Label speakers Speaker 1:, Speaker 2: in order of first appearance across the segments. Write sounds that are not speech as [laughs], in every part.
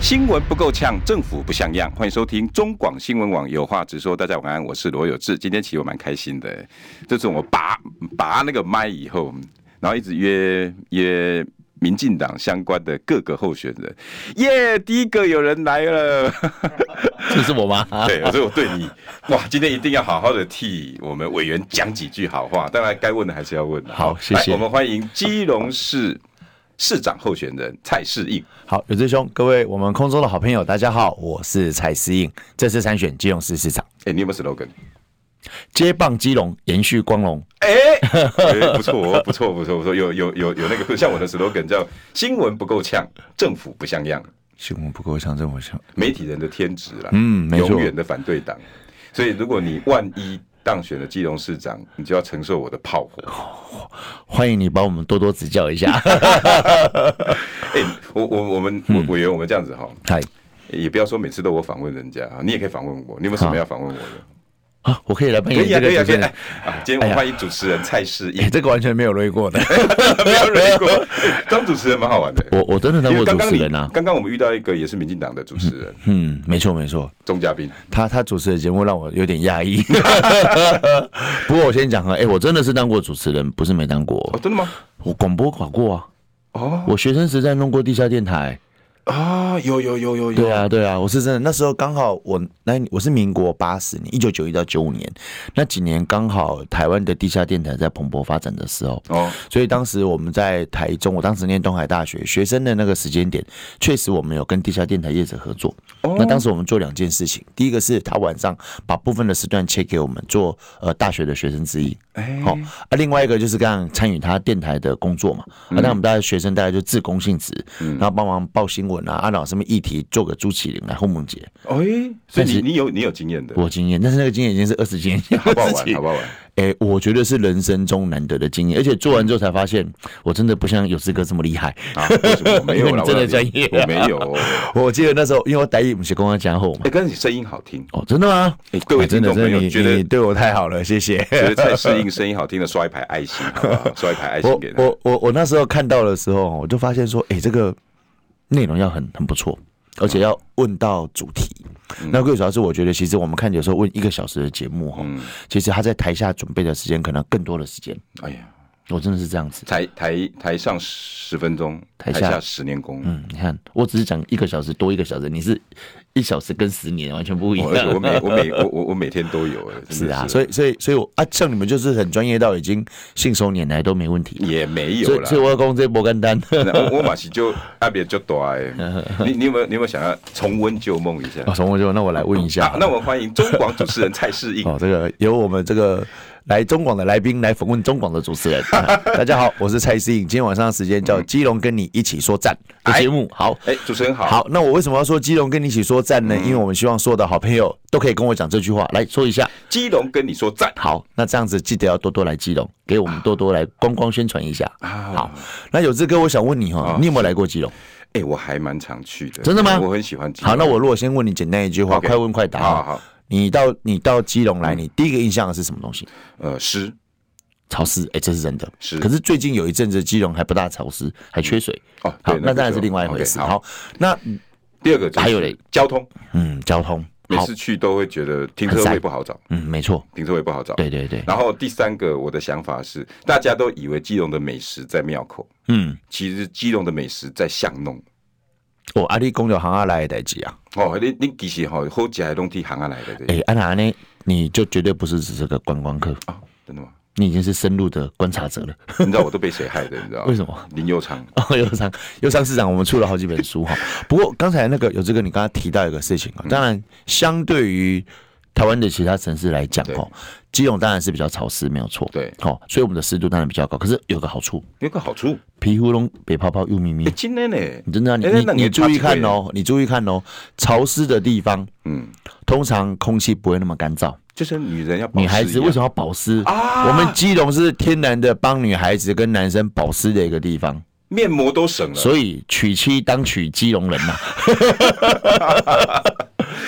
Speaker 1: 新闻不够呛，政府不像样。欢迎收听中广新闻网，有话直说。大家晚安，我是罗有志。今天其实我蛮开心的，就是我拔拔那个麦以后，嗯然后一直约约民进党相关的各个候选人。 [laughs] 耶、第一个有人来了，
Speaker 2: [laughs] 这是我吗？啊
Speaker 1: 对，所以我对你哇，今天一定要好好的替我们委员讲几句好话。当然，该问的还是要问的。
Speaker 2: 好谢谢
Speaker 1: 来我们欢迎基隆市市长候选人蔡世应。
Speaker 2: 好，有志兄，各位我们空中的好朋友，大家好，我是蔡思应，这次参选基隆市市长，
Speaker 1: 哎、你有没有 slogan？
Speaker 2: 接棒基隆，延续光荣。
Speaker 1: 哎、哎不错哦，不错，不错，不错，有有有有那个，像我的 slogan 叫“新闻不够呛，政府不像样
Speaker 2: 新闻不够像政府像，”，
Speaker 1: 媒体人的天职啦，
Speaker 2: 嗯没错
Speaker 1: 永远的反对党。所以，如果你万一当选了基隆市长，你就要承受我的炮火。
Speaker 2: 欢迎你帮我们多多指教
Speaker 1: [laughs]
Speaker 2: 一下。 [laughs]
Speaker 1: 哎、我我我们
Speaker 2: 嗯
Speaker 1: 我委员，我们这样子哈，
Speaker 2: 嗨
Speaker 1: 也不要说每次都我访问人家啊，你也可以访问我，你有没有什么要访问我的？
Speaker 2: [laughs] 啊，我可以来扮
Speaker 1: 可
Speaker 2: 演
Speaker 1: 以啊，
Speaker 2: 这
Speaker 1: 可
Speaker 2: 个哎
Speaker 1: 以啊，可
Speaker 2: 主持
Speaker 1: 以
Speaker 2: 人
Speaker 1: 啊。。啊，今天我欢迎主持人蔡世英 [laughs]
Speaker 2: 哎，，这个完全没有累过的，
Speaker 1: 没有人过，哎当主持人蛮好玩的。
Speaker 2: 我我真的当
Speaker 1: 因为
Speaker 2: 过
Speaker 1: 刚
Speaker 2: 主
Speaker 1: 刚
Speaker 2: 持
Speaker 1: 你
Speaker 2: 人啊。
Speaker 1: 刚刚我们遇到一个也是民进党的主持人，
Speaker 2: 嗯，没错没错，
Speaker 1: 钟嘉宾。
Speaker 2: 他他主持的节目让我有点
Speaker 1: [laughs]
Speaker 2: 压抑。 [laughs] 不过我先讲啊，哎、我真的是当过主持人，不是没当
Speaker 1: 哦，
Speaker 2: 过，
Speaker 1: 真的吗？
Speaker 2: 我广播搞过啊，
Speaker 1: 哦
Speaker 2: 我学生时代弄过地下电台。
Speaker 1: 啊，有有有有有
Speaker 2: 对，啊，对啊，我是真的。那时候刚好我那我是民国八十年，一九九一到九五年那几年，刚好台湾的地下电台在蓬勃发展的时候，
Speaker 1: 哦，
Speaker 2: 所以当时我们在台中，我当时念东海大学，学生的那个时间点，确实我们有跟地下电台业者合作。那当时我们做两件事情，第一个是他晚上把部分的时段切给我们做呃大学的学生之一，
Speaker 1: 哎
Speaker 2: 好、啊，另外一个就是刚刚参与他电台的工作嘛，啊，那我们大家学生大家就自工性质，然后帮忙报新闻啊，按照什么议题做个朱启啊玲来后梦姐，
Speaker 1: 哎，所以
Speaker 2: 但
Speaker 1: 你
Speaker 2: 是
Speaker 1: 你有你有经验的，
Speaker 2: 我经验，但是那个经验已经是二十几年前
Speaker 1: 好
Speaker 2: 的
Speaker 1: 不好
Speaker 2: 事
Speaker 1: 玩？
Speaker 2: 情
Speaker 1: 好不，好玩？
Speaker 2: 哎、我觉得是人生中难得的经验，而且做完之后才发现，我真的不像有志哥这么厉害。
Speaker 1: 啊，为什么我没有
Speaker 2: 因为
Speaker 1: 了？
Speaker 2: [laughs] 你真的专业啊
Speaker 1: 我没有。
Speaker 2: [laughs] 我记得那时候，因为我台语不是公安讲后嘛
Speaker 1: 哎，，跟你声音好听，
Speaker 2: [laughs] 哦，真的吗？
Speaker 1: 哎各位
Speaker 2: 哦真的
Speaker 1: 听众
Speaker 2: 真的
Speaker 1: 朋友
Speaker 2: 你
Speaker 1: 觉得
Speaker 2: 你对我太好了，谢 [laughs] 谢。
Speaker 1: 觉得蔡适应声音好听的，刷一排爱心，好不
Speaker 2: [laughs]
Speaker 1: 好？刷一排爱心
Speaker 2: 我
Speaker 1: 给他。
Speaker 2: 我我我那时候看到的时候，我就发现说，哎、这个内容要很很不错，而且要问到主题。那最主要是我觉得，其实我们看有时候问一个小时的节目哈，其实他在台下准备的时间可能更多的时间。
Speaker 1: 哎呀，
Speaker 2: 我真的是这样子，
Speaker 1: 台台台上十分钟，台
Speaker 2: 台下
Speaker 1: 下十年功。
Speaker 2: 嗯，你看，我只是讲一个小时多一个小时，你是一小时跟十年完全不一
Speaker 1: 我
Speaker 2: 样。
Speaker 1: 我每我每我我我每天都有，哎真的
Speaker 2: 是啊，所以所以所以我啊，像你们就是很专业到已经信手拈来都没问题。
Speaker 1: 也没有
Speaker 2: 所以
Speaker 1: 啦
Speaker 2: 所以。我要讲这不简
Speaker 1: [laughs]
Speaker 2: 单。
Speaker 1: 那我我马西就阿别就多
Speaker 2: [laughs]
Speaker 1: 哎，你你有没有你有没有想要重温旧梦一下？
Speaker 2: 哦，从我就那我来问
Speaker 1: [laughs]
Speaker 2: 一下
Speaker 1: 好，。那我们欢迎中广主持人蔡世应。
Speaker 2: [laughs] 哦，这个由我们这个来中广的来宾来访问中广的主持
Speaker 1: [laughs]
Speaker 2: 人。啊大家好，我是蔡思颖，今天晚上的时间叫《基隆跟你一起说战》的节目。好，
Speaker 1: 嗯哎，主持人好。嗯
Speaker 2: 好，那我为什么要说基隆跟你一起说战呢？因为我们希望所有的好朋友都可以跟我讲这句话，来说一下。
Speaker 1: 基隆跟你说赞
Speaker 2: 好，那这样子记得要多多来基隆，给我们多多来观光宣传一下。
Speaker 1: 啊！
Speaker 2: 好，那有志哥，我想问你哈，你有没有来过基隆？
Speaker 1: 哎、我还蛮常去的，
Speaker 2: 真的吗
Speaker 1: 我很喜欢基隆。
Speaker 2: 好，那我如果先问你简单一句话，
Speaker 1: OK
Speaker 2: 快问快答。
Speaker 1: 好好，
Speaker 2: 你到你到基隆来，你第一个印象是什么东西？
Speaker 1: 呃，诗
Speaker 2: 潮湿，哎，这是真的。
Speaker 1: 是
Speaker 2: 可是最近有一阵子基隆还不大潮湿，还缺水。
Speaker 1: 哦，
Speaker 2: 好
Speaker 1: 对，
Speaker 2: 那当然
Speaker 1: 个
Speaker 2: 是
Speaker 1: 就
Speaker 2: 另外一回事。
Speaker 1: OK，好，
Speaker 2: 好，那
Speaker 1: 第二个就是
Speaker 2: 还有嘞，
Speaker 1: 交通，
Speaker 2: 嗯，交通，
Speaker 1: 每
Speaker 2: 好，
Speaker 1: 次去都会觉得停车
Speaker 2: 很
Speaker 1: 位
Speaker 2: 塞
Speaker 1: 不好找，
Speaker 2: 嗯，没错，
Speaker 1: 停车位不好找。
Speaker 2: 对。对对，
Speaker 1: 然后第三个，我的想法是，大家都以为基隆的美食在庙口，
Speaker 2: 嗯，
Speaker 1: 其实基隆的美食在巷弄。
Speaker 2: 哦，阿里公有行阿来的代志啊，
Speaker 1: 哦，你你其实吼、好吃的拢替行啊来的，对、
Speaker 2: 哎，安娜呢，你就绝对不是只是个观光客，
Speaker 1: 啊，真的吗？
Speaker 2: 你已经是深入的观察者了。
Speaker 1: 你知道我都被谁害的？你知道
Speaker 2: [laughs] 为什么？
Speaker 1: 林佑昌，
Speaker 2: 哦， [laughs] 忧伤忧伤市长，我们出了好几本书哈。不过刚才那个有这个，你刚刚提到一个事情
Speaker 1: 嗯
Speaker 2: 啊，当然相对于台湾的其他城市来讲
Speaker 1: 对
Speaker 2: 哦，基隆当然是比较潮湿，没有错。
Speaker 1: 对
Speaker 2: 好、所以我们的湿度当然比较高。可是有个好处，
Speaker 1: 有个好处，
Speaker 2: 皮肤拢北泡泡又咪
Speaker 1: [laughs]
Speaker 2: 咪
Speaker 1: 哎、。今天呢，
Speaker 2: 你真的啊、你
Speaker 1: 哎那
Speaker 2: 你
Speaker 1: 也
Speaker 2: 你
Speaker 1: 差
Speaker 2: 注意
Speaker 1: 几
Speaker 2: 看
Speaker 1: 位
Speaker 2: 哦，你注意看哦，潮湿的地方
Speaker 1: 嗯，
Speaker 2: 通常空气不会那么干燥，
Speaker 1: 就是女人要啊保
Speaker 2: 女孩
Speaker 1: 持一
Speaker 2: 子
Speaker 1: 样
Speaker 2: 为什么要保湿
Speaker 1: 啊
Speaker 2: 我们基隆是天然的帮女孩子跟男生保湿的一个地方，
Speaker 1: 面膜都省了？
Speaker 2: 所以娶妻当娶基隆人呐、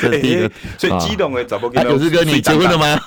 Speaker 2: 这是第一个
Speaker 1: 哎，所以激动的找不
Speaker 2: 啊，九志哥，你结婚了？吗？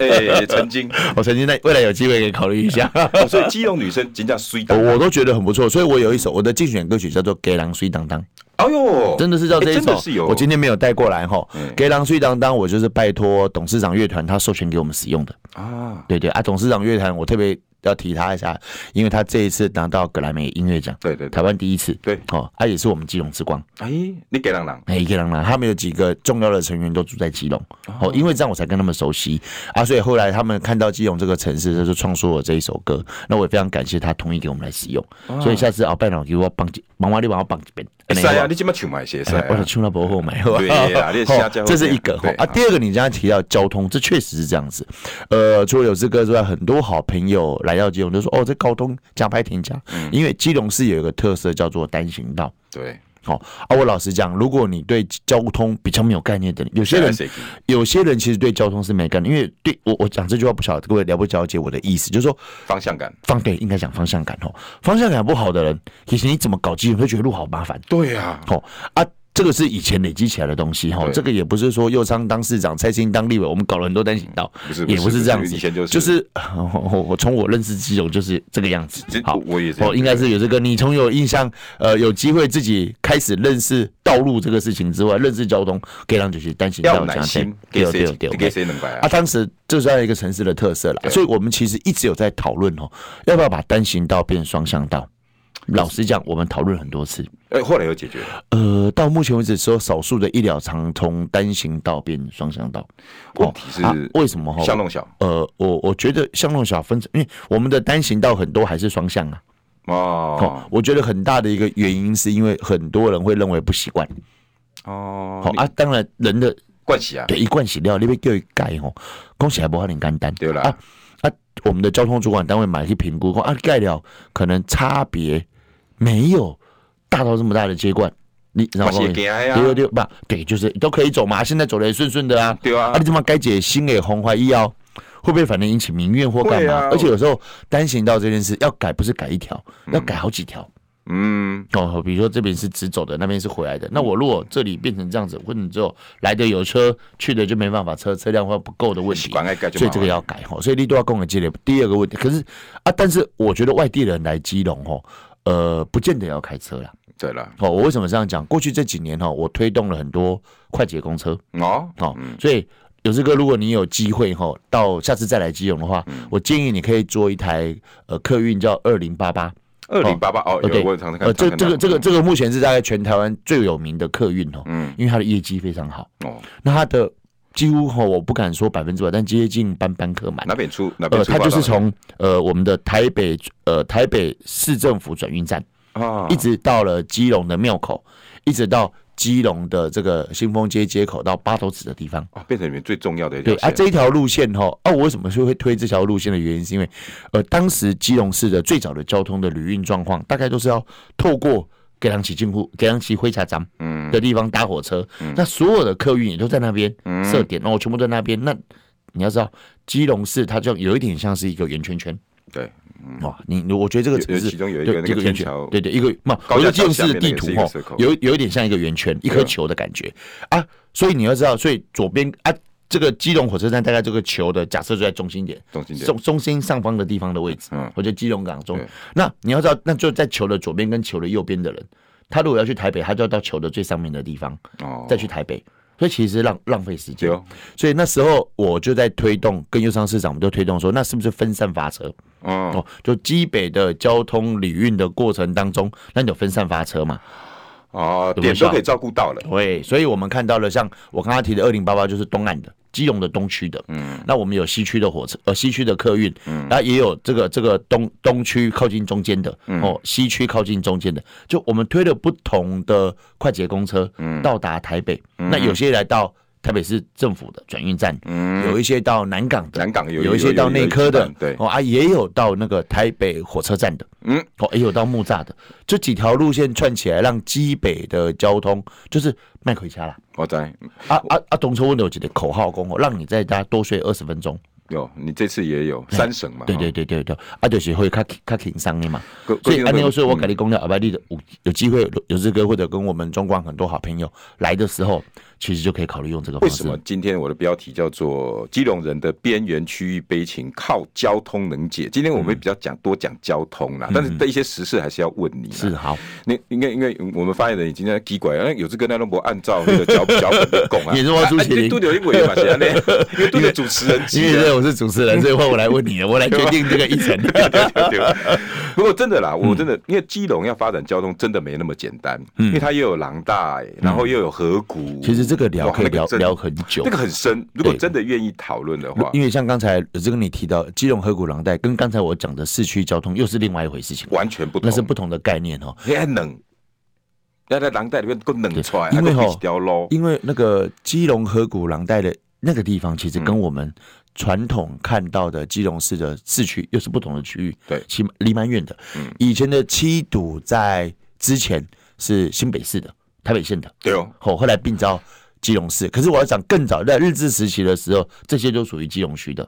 Speaker 1: 哎，曾经，
Speaker 2: [laughs] 我曾经在未来有机会可以考虑
Speaker 1: [laughs]
Speaker 2: 一下，
Speaker 1: 哦所以激动女生真叫水
Speaker 2: 我
Speaker 1: 当。
Speaker 2: 我都觉得很不错，所以我有一首我的竞选歌曲叫做《给狼睡当当》，
Speaker 1: 哎呦，
Speaker 2: 真的是叫这一
Speaker 1: 哎真
Speaker 2: 首
Speaker 1: 的是有。，
Speaker 2: 我今天没有带过来哈，
Speaker 1: 嗯
Speaker 2: 《给狼睡当当》我就是拜托董事长乐团他授权给我们使用的，
Speaker 1: 啊，
Speaker 2: 对对啊，董事长乐团我特别要提他一下，因为他这一次拿到格莱美音乐奖，
Speaker 1: 对对对
Speaker 2: 台，湾第一次，
Speaker 1: 对
Speaker 2: 哦，他、也是我们基隆之光。
Speaker 1: 哎，你给人人
Speaker 2: 哎，一个人啦，他们有几个重要的成员都住在基隆，哦，因为这样我才跟他们熟悉啊，所以后来他们看到基隆这个城市，他就创作了这一首歌。那我也非常感谢他同意给我们来使用，所以下次啊，拜托给我帮几，忙完你帮我帮几遍。
Speaker 1: 哦会使
Speaker 2: 这
Speaker 1: 啊，
Speaker 2: 样哎好不好
Speaker 1: 你即摆唱嘛会使
Speaker 2: 哎我想
Speaker 1: 啊，
Speaker 2: 去那博后买，
Speaker 1: 对啦你的下家
Speaker 2: 哦这是一个
Speaker 1: 对
Speaker 2: 哦啊。第二个，你刚才提到交通，这确实是这样子。呃，除了有志哥之外，很多好朋友来到基隆就说：“哦，这高通加拍停加，
Speaker 1: 嗯
Speaker 2: 因为基隆市有一个特色叫做单行道。”
Speaker 1: 对，
Speaker 2: 好、啊，我老实讲，如果你对交通比较没有概念的，有些人
Speaker 1: 谁来谁去
Speaker 2: 有些人其实对交通是没概念，因为对我我讲这句话不晓得各位了不了解我的意思，就是说
Speaker 1: 方向感，
Speaker 2: 方对应该讲方向感哦，方向感不好的人，其实你怎么搞基本会觉得路好麻烦
Speaker 1: 对呀，
Speaker 2: 哦啊。这个是以前累积起来的东西哈，
Speaker 1: 对
Speaker 2: 这个也不是说右昌当市长，蔡清当立委，我们搞了很多单行道，
Speaker 1: 不是
Speaker 2: 也
Speaker 1: 不是
Speaker 2: 这样子，
Speaker 1: 以前就是
Speaker 2: 就是、 [laughs] 我我从我认识基隆就是这个样子
Speaker 1: 这。
Speaker 2: 好，
Speaker 1: 我也是
Speaker 2: 哦，应该是有这个。你从有印象，呃，有机会自己开始认识道路这个事情之外，认识交通，可以让就是单行
Speaker 1: 要有
Speaker 2: 道
Speaker 1: 耐
Speaker 2: 这
Speaker 1: 心
Speaker 2: 样，
Speaker 1: 给
Speaker 2: 对对
Speaker 1: 谁
Speaker 2: 对
Speaker 1: 给
Speaker 2: 对。
Speaker 1: 谁能摆
Speaker 2: 啊，
Speaker 1: 啊？
Speaker 2: 当时这是一个城市的特色了，所以我们其实一直有在讨论哦，要不要把单行道变双向道。老实讲，我们讨论很多次，
Speaker 1: 哎，后来有解决了。
Speaker 2: 呃，到目前为止只有少数的医疗常从单行道变双向道。
Speaker 1: 问题是
Speaker 2: 啊为什么哈？
Speaker 1: 巷弄小
Speaker 2: 呃，我我觉得巷弄小分成，因为我们的单行道很多还是双向啊。哦
Speaker 1: 哦，
Speaker 2: 我觉得很大的一个原因是因为很多人会认为不习惯。
Speaker 1: 哦，
Speaker 2: 好、啊，当然人的
Speaker 1: 惯习啊，
Speaker 2: 对一罐洗料那边叫一盖哦，恭喜还不好很简单。
Speaker 1: 对啦
Speaker 2: 啊啊，我们的交通主管单位买去评估，说啊盖了可能差别没有大到这么大的阶段。你然
Speaker 1: 嘛
Speaker 2: 后
Speaker 1: 是会惊
Speaker 2: 对
Speaker 1: 的啊
Speaker 2: 对对，不对，就是都可以走嘛，现在走的顺顺的啊。
Speaker 1: 对啊
Speaker 2: 啊，你怎么该解新给红怀一哦？会不会反正引起民怨或干
Speaker 1: 会
Speaker 2: 嘛？
Speaker 1: 啊
Speaker 2: 而且有时候单行道这件事要改，不是改一条，要改好几条。
Speaker 1: 嗯，
Speaker 2: 哦，比如说这边是直走的，那边是回来的。那我如果这里变成这样子，或者之后来的有车，去的就没办法车，车辆会不够的问题
Speaker 1: 习。惯爱改就啊
Speaker 2: 所以这个要改哈，所以力度要跟我积累。第二个问题，可是啊，但是我觉得外地人来基隆哦，呃，不见得要开车啦。
Speaker 1: 对了，
Speaker 2: 哦，我为什么这样讲？过去这几年哈、哦，我推动了很多快捷公车
Speaker 1: 哦，
Speaker 2: 哦，所以有这个，如果你有机会哈、哦，到下次再来基隆的话，
Speaker 1: 嗯
Speaker 2: 我建议你可以坐一台呃客运叫二零八八，
Speaker 1: 二零八八哦，
Speaker 2: 呃，
Speaker 1: 有
Speaker 2: 对，
Speaker 1: 我有常常看
Speaker 2: 呃，这
Speaker 1: 常看
Speaker 2: 这
Speaker 1: 到
Speaker 2: 个这个这个目前是大概全台湾最有名的客运哦，
Speaker 1: 嗯
Speaker 2: 因为它的业绩非常好，
Speaker 1: 哦，
Speaker 2: 那它的几乎哈、我不敢说百分之百，但接近班班客满。
Speaker 1: 哪边出哪边
Speaker 2: 呃，
Speaker 1: 出
Speaker 2: 它
Speaker 1: 报道的？
Speaker 2: 就是从呃我们的台北呃台北市政府转运站，
Speaker 1: 啊
Speaker 2: 一直到了基隆的庙口，一直到基隆的这个新丰街街口到八斗子的地方。
Speaker 1: 啊，变成你们最重要的一条
Speaker 2: 对啊，
Speaker 1: 线
Speaker 2: 这一条路线哈，啊，我为什么是会推这条路线的原因，是因为，呃，当时基隆市的最早的交通的旅运状况，大概都是要透过给良旗进户、给良旗灰茶站
Speaker 1: 嗯
Speaker 2: 的地方搭火车，那所有的客运也都在那边
Speaker 1: 嗯
Speaker 2: 设点，然后全部在那边。那你要知道，基隆市它就有一点像是一个圆圈圈，
Speaker 1: 对，嗯
Speaker 2: 哇，你我觉得这个城
Speaker 1: 有
Speaker 2: 市
Speaker 1: 其中有一
Speaker 2: 对
Speaker 1: 个那
Speaker 2: 一
Speaker 1: 个
Speaker 2: 圆
Speaker 1: 天
Speaker 2: 圈
Speaker 1: 桥，
Speaker 2: 对对，一个嘛，
Speaker 1: 高
Speaker 2: 我觉
Speaker 1: 架桥
Speaker 2: 得基隆
Speaker 1: 下
Speaker 2: 市
Speaker 1: 面那
Speaker 2: 的地
Speaker 1: 个是
Speaker 2: 图
Speaker 1: 一个
Speaker 2: 哈
Speaker 1: circle，
Speaker 2: 有有一点像一个圆圈，一颗球的感觉啊。所以你要知道，所以左边啊，这个基隆火车站大概这个球的假设就在中心点，
Speaker 1: 中心点
Speaker 2: 中中心上方的地方的位置，
Speaker 1: 嗯
Speaker 2: 或者基隆港中
Speaker 1: 对。
Speaker 2: 那你要知道，那就在球的左边跟球的右边的人，他如果要去台北，他就要到球的最上面的地方
Speaker 1: 哦，
Speaker 2: 再去台北，所以其实浪浪费时
Speaker 1: 对。
Speaker 2: 间
Speaker 1: 哦，
Speaker 2: 所以那时候我就在推动，跟右商市长我们就推动说，那是不是分散发车？
Speaker 1: 哦，
Speaker 2: 哦，就基北的交通旅运的过程当中，那你有分散发车嘛？
Speaker 1: 哦，
Speaker 2: 有没
Speaker 1: 点
Speaker 2: 有
Speaker 1: 都
Speaker 2: 效
Speaker 1: 可以照顾到了，
Speaker 2: 对，所以我们看到了，像我刚刚提的二零八八，就是东岸的基隆的东区的，嗯，那我们有西区的火车，呃，西区的客运，嗯，那也有这个这个东东区靠近中间的，哦，西区靠近中间的，嗯就我们推了不同的快捷公车，嗯，到达台北，那有些来到。台北市政府的转运站，
Speaker 1: 嗯
Speaker 2: 有一些到南港的，
Speaker 1: 南港有
Speaker 2: 有一些到内科
Speaker 1: 有
Speaker 2: 的
Speaker 1: 有有，对
Speaker 2: 哦啊，也有到那个台北火车站的，
Speaker 1: 嗯，
Speaker 2: 哦，也有到木栅的，这几条路线串起来，让基北的交通就是卖回家啦。
Speaker 1: 我在
Speaker 2: 啊啊啊！董车问的有几个口号功哦，让你在家多睡二十分钟。
Speaker 1: 有你这次也有三省嘛，
Speaker 2: 哎对对
Speaker 1: 哦，
Speaker 2: 对对对，啊，就是会较较轻松的嘛。
Speaker 1: 各
Speaker 2: 所
Speaker 1: 各地
Speaker 2: 以
Speaker 1: 方
Speaker 2: 安
Speaker 1: 都
Speaker 2: 妞，所以我
Speaker 1: 嗯
Speaker 2: 跟你讲了，阿白你的有有机会有志哥或者跟我们中广很多好朋友来的时候，其实就可以考虑用这个
Speaker 1: 为
Speaker 2: 方
Speaker 1: 什么
Speaker 2: 式。
Speaker 1: 今天我的标题叫做“基隆人的边缘区域悲情靠交通能解”？今天我们
Speaker 2: 嗯
Speaker 1: 会比较讲多讲交通啦，但是对一些实事还是要问你啦。
Speaker 2: 是啊好，
Speaker 1: 你因为因为我们发言人已经在奇怪，那哎有志哥那都不按照那个脚脚本在讲啊，
Speaker 2: [laughs] 你是我主持人
Speaker 1: 杜柳一尾嘛，是
Speaker 2: [laughs]
Speaker 1: 安尼，因为杜柳主持人
Speaker 2: 因
Speaker 1: 级
Speaker 2: 为
Speaker 1: 啊
Speaker 2: 这我是主持人，所以换我来问你了，我来决定这个议程。
Speaker 1: [laughs] 对对对对。
Speaker 2: [laughs]
Speaker 1: 不过真的啦，
Speaker 2: 嗯
Speaker 1: 我真的因为基隆要发展交通真的没那么简单，因为它又有廊带，然后又有河谷。
Speaker 2: 嗯其实这个聊
Speaker 1: 哇
Speaker 2: 可以
Speaker 1: 那个
Speaker 2: 聊
Speaker 1: 真
Speaker 2: 聊很久
Speaker 1: 那，个很深。如果
Speaker 2: 对
Speaker 1: 真的愿意讨论的话
Speaker 2: 因，为像刚才有志哥你提到基隆河谷廊带，跟刚才我讲的市区交通又是另外一回事情，
Speaker 1: 完全不同，
Speaker 2: 那是不同的概念哦。
Speaker 1: 你还冷，要在廊带里面够冷出来，
Speaker 2: 对因为
Speaker 1: 还够
Speaker 2: 吼
Speaker 1: 一条路。
Speaker 2: 因为那个基隆河谷廊带的那个地方，其
Speaker 1: 嗯
Speaker 2: 实跟我们传统看到的基隆市的市区又是不同的区域，
Speaker 1: 对
Speaker 2: 其离蛮远的。
Speaker 1: 嗯
Speaker 2: 以前的七堵在之前是新北市的、台北县的，
Speaker 1: 对哦，
Speaker 2: 哦，后来并招基隆市。可是我要讲更早，在日治时期的时候，这些都属于基隆区的。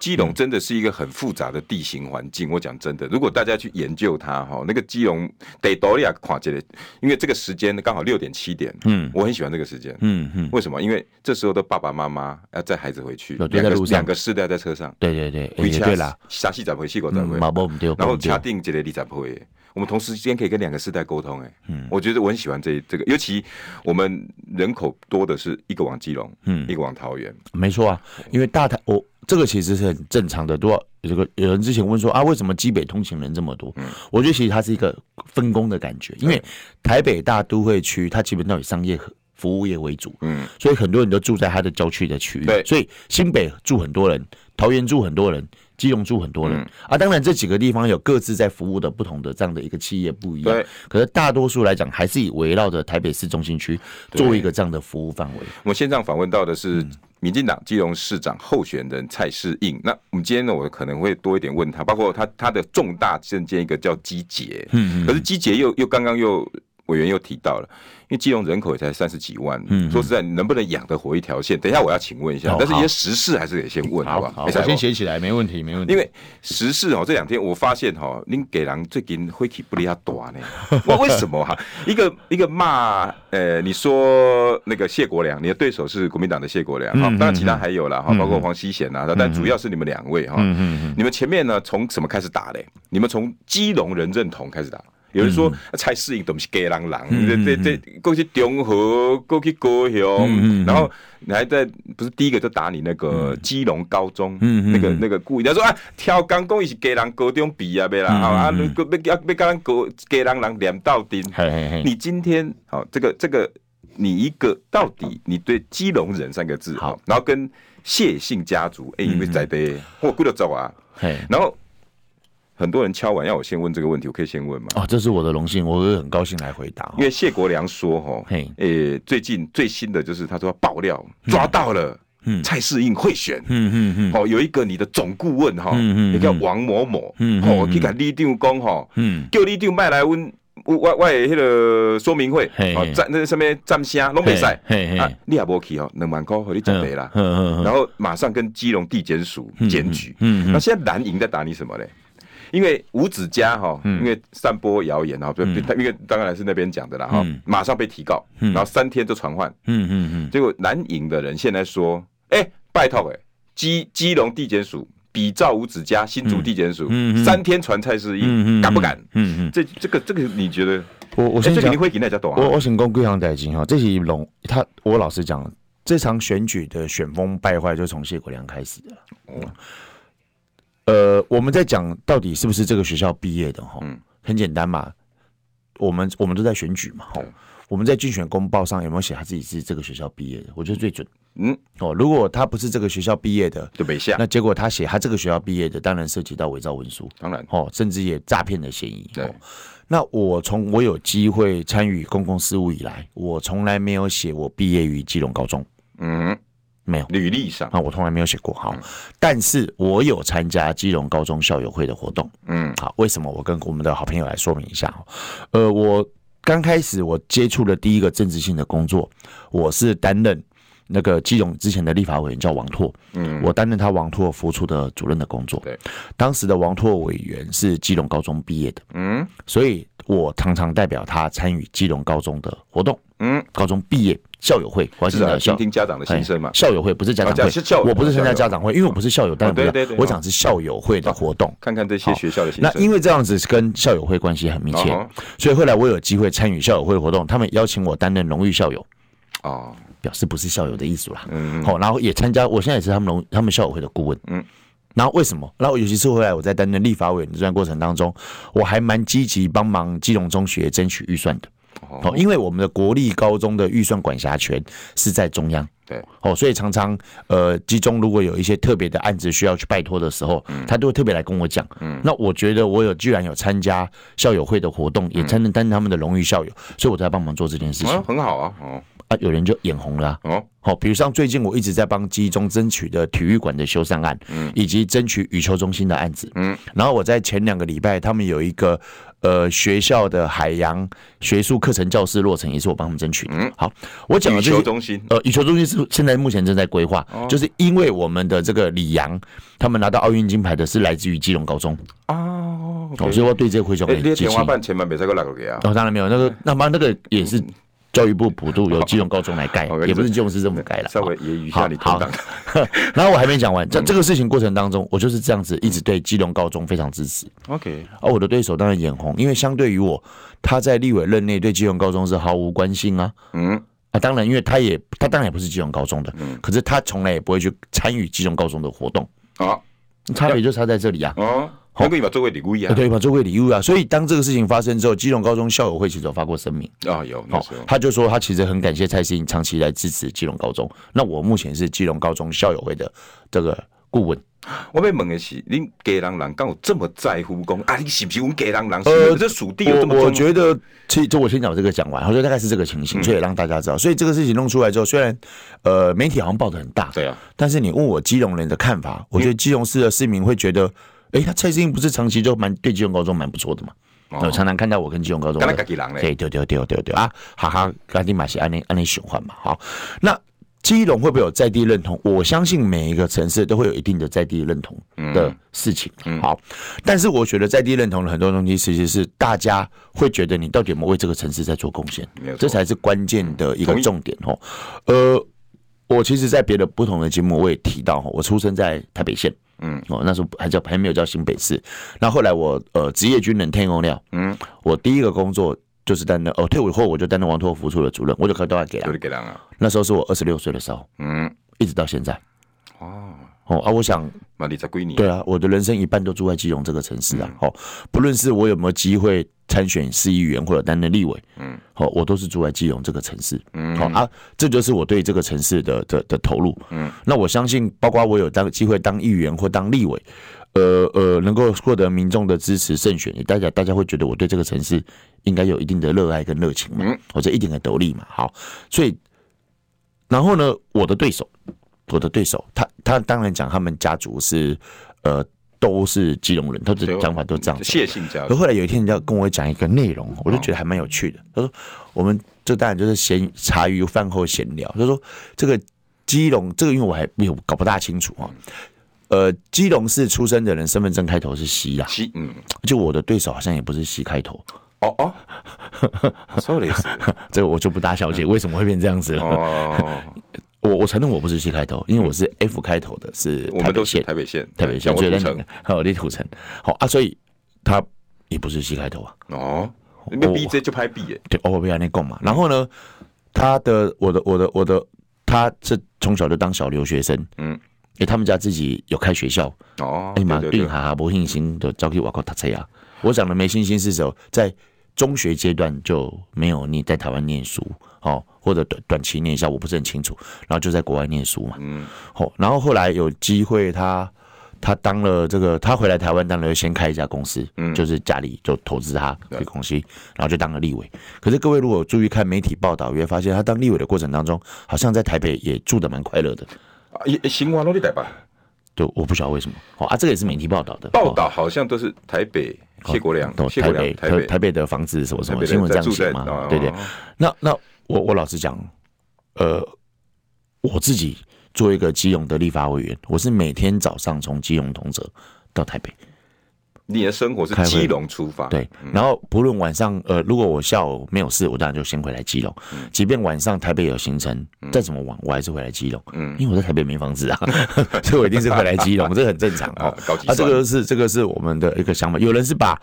Speaker 1: 基
Speaker 2: 嗯
Speaker 1: 隆真的是一个很复杂的地形环境。我讲真的，如果大家去研究它哈，那个基隆得多利亚跨界的，因为这个时间刚好六点七点，
Speaker 2: 嗯
Speaker 1: 我很喜欢这个时间。
Speaker 2: 嗯嗯，
Speaker 1: 为什么？因为这时候的爸爸妈妈要载孩子回去，
Speaker 2: 有
Speaker 1: 两
Speaker 2: 就在
Speaker 1: 个
Speaker 2: 路上
Speaker 1: 两个世代在车上，
Speaker 2: 对对对，哎
Speaker 1: 回
Speaker 2: 也
Speaker 1: 家
Speaker 2: 对啦，，
Speaker 1: 下戏载回去，我载回
Speaker 2: 嗯，，马波们丢，
Speaker 1: 然后
Speaker 2: 丢
Speaker 1: 掐定这个你载回。我们同时之间可以跟两个世代沟通、哎，嗯，我觉得我很喜欢这这个，尤其我们人口多的是一个往基隆，嗯，一个往桃园，
Speaker 2: 没错啊，因为大台我这个其实是很正常的，多少有个有人之前问说啊，为什么基北通勤人这么多？
Speaker 1: 嗯
Speaker 2: 我觉得其实它是一个分工的感觉，因为台北大都会区它基本上以商业和服务业为主，
Speaker 1: 嗯，
Speaker 2: 所以很多人都住在它的郊区的区域
Speaker 1: 对，
Speaker 2: 所以新北住很多人，桃园住很多人。基隆住很多人、
Speaker 1: 嗯
Speaker 2: 啊，当然这几个地方有各自在服务的不同的这样的一个企业不一样
Speaker 1: 对，
Speaker 2: 可是大多数来讲还是以围绕着台北市中心区作为一个这样的服务范围。
Speaker 1: 我们线上访问到的是民进党基隆市长候选人蔡世应。那我们今天呢，我可能会多一点问他，包括他他的重大证件一个叫基捷，嗯，可是基捷又又刚刚又委员又提到了，因为基隆人口也才三十几万，嗯，说实在，你能不能养得活一条线？等一下我要请问一下
Speaker 2: 哦，
Speaker 1: 但是一
Speaker 2: 好
Speaker 1: 些实事还是得先问，好不好？
Speaker 2: 我
Speaker 1: 哎蔡
Speaker 2: 先
Speaker 1: 总
Speaker 2: 写起来，没问题，没问题。
Speaker 1: 因为时事哦，这两天我发现哦，您给人最近火气不离他短
Speaker 2: [laughs]
Speaker 1: 呢，我为什么哈、啊一个一个骂，呃，你说那个谢国良，你的对手是国民党的谢国良哈、
Speaker 2: 嗯嗯
Speaker 1: 当然其他还有啦哈，
Speaker 2: 嗯
Speaker 1: 包括黄希贤啊，但主要是你们两位哈、
Speaker 2: 嗯嗯嗯，
Speaker 1: 你们前面呢从什么开始打嘞？你们从基隆人认同开始打。有人
Speaker 2: 嗯
Speaker 1: 说蔡适应都是给人人，这这这过去中和，过去高
Speaker 2: 嗯
Speaker 1: 雄，
Speaker 2: 嗯
Speaker 1: 然后你还在不是第一个就打你那个基隆高中，
Speaker 2: 嗯嗯
Speaker 1: 那个
Speaker 2: 嗯
Speaker 1: 那个故意他说啊，挑刚讲伊是给人高中比啊，别
Speaker 2: 嗯
Speaker 1: 啦，啊啊，要要要跟人高给人人连到顶。
Speaker 2: 嘿嘿嘿，
Speaker 1: 你今天好、这个这个，你一个到底你对基隆人三个字
Speaker 2: 好嗯
Speaker 1: 好，然后跟谢姓家族，哎、因为在的，我顾得走啊。
Speaker 2: 嘿，
Speaker 1: 然后很多人敲完要我先问这个问题，我可以先问吗？
Speaker 2: 哦，这是我的荣幸，我会很高兴来回答哦。
Speaker 1: 因为谢国良说哈，
Speaker 2: 嘿
Speaker 1: 诶，最近最新的就是他说他爆料抓到了，
Speaker 2: 嗯
Speaker 1: 蔡世应会选。
Speaker 2: 嗯嗯嗯
Speaker 1: 哦，有一个你的总顾问哈，
Speaker 2: 嗯嗯
Speaker 1: 也叫王某某，
Speaker 2: 嗯嗯
Speaker 1: 哦，
Speaker 2: 嗯
Speaker 1: 去给李定讲哈，
Speaker 2: 嗯，
Speaker 1: 叫李定卖来阮我我我的迄个说明会
Speaker 2: 嘿，
Speaker 1: 哦
Speaker 2: 嘿，
Speaker 1: 站那什么站虾拢袂使，
Speaker 2: 嘿嗯嘿
Speaker 1: 啊
Speaker 2: 嘿，
Speaker 1: 你也无去哦，两万块给你准备啦，
Speaker 2: 嗯
Speaker 1: 然后马上跟基隆地检署检举，
Speaker 2: 嗯
Speaker 1: 那现在蓝营在打你什么嘞？因为吴子嘉哈，
Speaker 2: 嗯
Speaker 1: 因为散播谣言哈，就因为当然是那边讲的啦哈
Speaker 2: 嗯，
Speaker 1: 马上被提告，然后三天就传唤，
Speaker 2: 嗯嗯嗯，
Speaker 1: 结果蓝营的人现在说，哎、拜托哎、基基隆地检署比照吴子嘉新竹地检署、
Speaker 2: 嗯嗯嗯
Speaker 1: 三天传蔡世
Speaker 2: 嗯
Speaker 1: 英，
Speaker 2: 嗯
Speaker 1: 敢不敢？
Speaker 2: 嗯嗯，
Speaker 1: 这这个这个你觉得？
Speaker 2: 我我
Speaker 1: 我
Speaker 2: 先
Speaker 1: 这个
Speaker 2: 讲
Speaker 1: 你，会给那家懂
Speaker 2: 我
Speaker 1: 啊？
Speaker 2: 我想讲几项代志哈，这是龙他，我老实讲，这场选举的选风败坏就从谢国良开始的。
Speaker 1: 哦
Speaker 2: 呃，我们在讲到底是不是这个学校毕业的哈，
Speaker 1: 嗯
Speaker 2: 很简单嘛，我们我们都在选举嘛，哈
Speaker 1: 对，
Speaker 2: 我们在竞选公报上有没有写他自己是这个学校毕业的？我觉得最准
Speaker 1: 嗯，
Speaker 2: 哦。如果他不是这个学校毕业的，
Speaker 1: 就没下
Speaker 2: 那，结果他写他这个学校毕业的，当然涉及到伪造文书
Speaker 1: 当然
Speaker 2: 哦，甚至也诈骗的嫌疑。
Speaker 1: 对
Speaker 2: 哦，那我从我有机会参与公共事务以来，我从来没有写我毕业于基隆高中，
Speaker 1: 嗯，
Speaker 2: 没有。
Speaker 1: 履历上，
Speaker 2: 啊，我从来没有写过。
Speaker 1: 嗯
Speaker 2: 好，但是我有参加基隆高中校友会的活动。
Speaker 1: 嗯
Speaker 2: 好，为什么？我跟我们的好朋友来说明一下哦。呃，我刚开始我接触的第一个政治性的工作，我是担任那个基隆之前的立法委员叫王拓，
Speaker 1: 嗯，
Speaker 2: 我担任他王拓服出的主任的工作。
Speaker 1: 对，
Speaker 2: 当时的王拓委员是基隆高中毕业的，
Speaker 1: 嗯
Speaker 2: 所以我常常代表他参与基隆高中的活动，
Speaker 1: 嗯，
Speaker 2: 高中毕业校友会，我还记
Speaker 1: 是啊，
Speaker 2: 得
Speaker 1: 倾
Speaker 2: 校
Speaker 1: 听家长的心声嘛
Speaker 2: 哎。校友会不是家长
Speaker 1: 哦
Speaker 2: 会，
Speaker 1: 是校友
Speaker 2: 我不是参加家长会，因为我不是校友，但
Speaker 1: 哦对对对
Speaker 2: 我讲是校友会的活动。
Speaker 1: 看看这些学校的心
Speaker 2: 那
Speaker 1: 声。
Speaker 2: 因为这样子跟校友会关系很密切，
Speaker 1: 哦
Speaker 2: 所以后来我有机会参与校友会活动，他们邀请我担任荣誉校友，
Speaker 1: 哦，
Speaker 2: 表示不是校友的艺术啦。
Speaker 1: 嗯
Speaker 2: 好、然后也参加，我现在也是他们荣他们校友会的顾问。
Speaker 1: 嗯
Speaker 2: 嗯，然后为什么？然后尤其是后来我在担任立法委员的这段过程当中，我还蛮积极帮忙基隆中学争取预算的。
Speaker 1: 哦，
Speaker 2: 哦，因为我们的国立高中的预算管辖权是在中央。
Speaker 1: 对，
Speaker 2: 哦，所以常常呃，集中如果有一些特别的案子需要去拜托的时候，
Speaker 1: 嗯
Speaker 2: 他都会特别来跟我讲。嗯，那我觉得我有居然有参加校友会的活动，也参能担任他们的荣誉校友，所以我才帮忙做这件事情
Speaker 1: 嗯哦，很好啊，哦
Speaker 2: 啊。有人就眼红了啊、
Speaker 1: 哦，
Speaker 2: 好，比如像最近我一直在帮基中争取的体育馆的修缮案，以及争取羽球中心的案子，
Speaker 1: 嗯
Speaker 2: 然后我在前两个礼拜，他们有一个呃学校的海洋学术课程教室落成，也是我帮他们争取的。
Speaker 1: 嗯
Speaker 2: 好，我讲
Speaker 1: 羽
Speaker 2: 的这
Speaker 1: 球
Speaker 2: 些。
Speaker 1: 中心，哦
Speaker 2: 呃，羽球中心是现在目前正在规划，就是因为我们的这个李阳，他们拿到奥运金牌的是来自于基隆高中，
Speaker 1: 哦
Speaker 2: 哦，所以我对这个会所
Speaker 1: 哎，你的
Speaker 2: 激
Speaker 1: 天
Speaker 2: 情
Speaker 1: 花。板前面没这个哪个给啊？
Speaker 2: 哦，当然没有，那个那么那个也是教育部补助，由基隆高中来盖
Speaker 1: 嗯好好，
Speaker 2: 也不是基隆市政府盖了。
Speaker 1: 稍微嗯
Speaker 2: 哦
Speaker 1: 揶揄一下
Speaker 2: 好
Speaker 1: 你同
Speaker 2: 好
Speaker 1: 党，
Speaker 2: 然后我还没讲完，在这个事情过程当中，我就是这样子一直对基隆高中非常支持，
Speaker 1: OK，
Speaker 2: 而我的对手当然眼红，因为相对于我，他在立委任内对基隆高中是毫无关心啊。
Speaker 1: 嗯
Speaker 2: 啊，当然，因为他也他当然也不是基隆高中的，可是他从来也不会去参与基隆高中的活动，
Speaker 1: 好
Speaker 2: 差
Speaker 1: 嗯
Speaker 2: 别就差在这里啊。
Speaker 1: 哦，那个你把座位理故意啊？
Speaker 2: 对吧？作为礼物啊，所以当这个事情发生之后，基隆高中校友会其实有发过声明，
Speaker 1: 啊有那
Speaker 2: 哦
Speaker 1: 时候，，
Speaker 2: 他就说他其实很感谢蔡诗颖长期来支持基隆高中。那我目前是基隆高中校友会的这个顾问，
Speaker 1: 我要问的是，恁家人人敢有这么在乎讲啊？你是不是阮家人人？
Speaker 2: 呃
Speaker 1: 是不是这属地有这么
Speaker 2: 我我
Speaker 1: 重要？
Speaker 2: 觉得，其实就我先讲这个讲完，我觉得大概是这个情形，所以让大家知道。所以这个事情弄出来之后，虽然呃媒体好像报的很大，
Speaker 1: 对嗯啊，
Speaker 2: 但是你问我基隆人的看法，我觉得基隆市的市民会觉得，哎、他蔡英不是长期就蛮对基隆高中蛮不错的嘛？
Speaker 1: 哦
Speaker 2: 我常常看到我跟基隆高中
Speaker 1: 敢
Speaker 2: 的
Speaker 1: 若家己人嘞，
Speaker 2: 对对对对对对啊，哈哈，赶紧马西安内安内循环嘛。好，那基隆会不会有在地认同？我相信每一个城市都会有一定的在地认同
Speaker 1: 嗯
Speaker 2: 的事情。好，但是我觉得在地认同的很多东西，其实是大家会觉得你到底有没有为这个城市在做贡献
Speaker 1: 没有，错
Speaker 2: 这才是关键的一个
Speaker 1: 同意
Speaker 2: 重点哦。呃，我其实，在别的不同的节目我也提到哦，我出生在台北县。
Speaker 1: 嗯，
Speaker 2: 哦，那时候还叫还没有叫新北市。那后来我呃职业军人天空料，
Speaker 1: 嗯，
Speaker 2: 我第一个工作就是担任哦退伍后我就担任王托福处的主任，我就开多少给
Speaker 1: 有
Speaker 2: 了
Speaker 1: 你。家人啊，
Speaker 2: 那时候是我二十六岁的时候，
Speaker 1: 嗯，
Speaker 2: 一直到现在。
Speaker 1: 哦，
Speaker 2: 哦啊，我想
Speaker 1: 嘛二十几年，
Speaker 2: 对啊，我的人生一半都住在基隆这个城市啊。
Speaker 1: 嗯
Speaker 2: 哦，不论是我有没有机会参选市议员或者担任立委，
Speaker 1: 嗯，
Speaker 2: 哦，我都是住在基隆这个城市。
Speaker 1: 嗯
Speaker 2: 好、啊，这就是我对这个城市的的的投入。
Speaker 1: 嗯，
Speaker 2: 那我相信，包括我有当机会当议员或当立委，呃呃，能够获得民众的支持胜选，大家大家会觉得我对这个城市应该有一定的热爱跟热情嘛，
Speaker 1: 嗯
Speaker 2: 我这一点的斗力嘛。好，所以然后呢，我的对手，我的对手，他他当然讲他们家族是呃都是基隆人，他的
Speaker 1: 对啊
Speaker 2: 讲法都这样子。
Speaker 1: 谢哦姓家
Speaker 2: 可后来有一天，人家跟我讲一个内容，我就觉得还蛮有趣的。他说，我们这当然就是闲茶余饭后闲聊。他说，这个基隆，这个因为我还没有搞不大清楚啊、
Speaker 1: 嗯
Speaker 2: 呃，基隆市出生的人身份证开头是西啦，
Speaker 1: 西，嗯，
Speaker 2: 就我的对手好像也不是西开头，
Speaker 1: 哦哦，说的是，
Speaker 2: 这个我就不大了
Speaker 1: 嗯
Speaker 2: 解为什么会变这样子了。
Speaker 1: 哦，
Speaker 2: [laughs] 我我承认我不是西开头，因为我是 F 开头的，是
Speaker 1: 嗯我
Speaker 2: 台
Speaker 1: 们
Speaker 2: 北
Speaker 1: 都是
Speaker 2: 县，
Speaker 1: 台北县，
Speaker 2: 台北县，
Speaker 1: 我
Speaker 2: 所以
Speaker 1: 土
Speaker 2: 在你
Speaker 1: 城，
Speaker 2: 还有李土城，好啊，所以他也不是西开头啊。
Speaker 1: 哦，你要比这就拍比耶，
Speaker 2: 对，我被安内供嘛。然后呢，他的我的我的我的，他是从小就当小留学生，
Speaker 1: 嗯，
Speaker 2: 因为他们家自己有开学校，
Speaker 1: 哦，
Speaker 2: 哎妈，
Speaker 1: 对
Speaker 2: 对
Speaker 1: 对对，
Speaker 2: 哈哈，没信心就早去外国读册啊。我讲的没信心是指在中学阶段就没有你在台湾念书，哦，或者短短期念一下，我不是很清楚。然后就在国外念书嘛，
Speaker 1: 嗯，
Speaker 2: 哦，然后后来有机会他。他当了这个，他回来台湾当然先开一家公司，
Speaker 1: 嗯
Speaker 2: 就是家里就投资他
Speaker 1: 对
Speaker 2: 这个东西，然后就当了立委。可是各位如果注意看媒体报道，也会发现他当立委的过程当中，好像在台北也住的蛮快乐的。
Speaker 1: 啊也也行，我努力台吧。
Speaker 2: 就我不晓得为什么哦啊，这个也是媒体报道的
Speaker 1: 报
Speaker 2: 哦
Speaker 1: 道好像都是台北谢国良
Speaker 2: 哦，
Speaker 1: 谢
Speaker 2: 台
Speaker 1: 国
Speaker 2: 北
Speaker 1: 良，台
Speaker 2: 台
Speaker 1: 北
Speaker 2: 台北的房子什么什
Speaker 1: 台
Speaker 2: 么
Speaker 1: 北
Speaker 2: 新
Speaker 1: 人
Speaker 2: 闻这
Speaker 1: 在
Speaker 2: 样
Speaker 1: 住
Speaker 2: 写
Speaker 1: 在
Speaker 2: 嘛，
Speaker 1: 哦
Speaker 2: 对对。那那我我老实讲，呃，我自己做一个基隆的立法委员，我是每天早上从基隆同泽到台北，
Speaker 1: 你的生活是
Speaker 2: 开会
Speaker 1: 基隆出发，
Speaker 2: 对，然后不论晚上，呃，如果我下午没有事，我当然就先回来基隆，
Speaker 1: 嗯
Speaker 2: 即便晚上台北有行程，再怎么晚我还是回来基隆，
Speaker 1: 嗯
Speaker 2: 因为我在台北没房子啊， [laughs] 所以我一定是回来基
Speaker 1: [laughs]
Speaker 2: 隆，这很正常哦
Speaker 1: 啊。高级
Speaker 2: 啊，这
Speaker 1: 算
Speaker 2: 个是这个是我们的一个想法。有人是把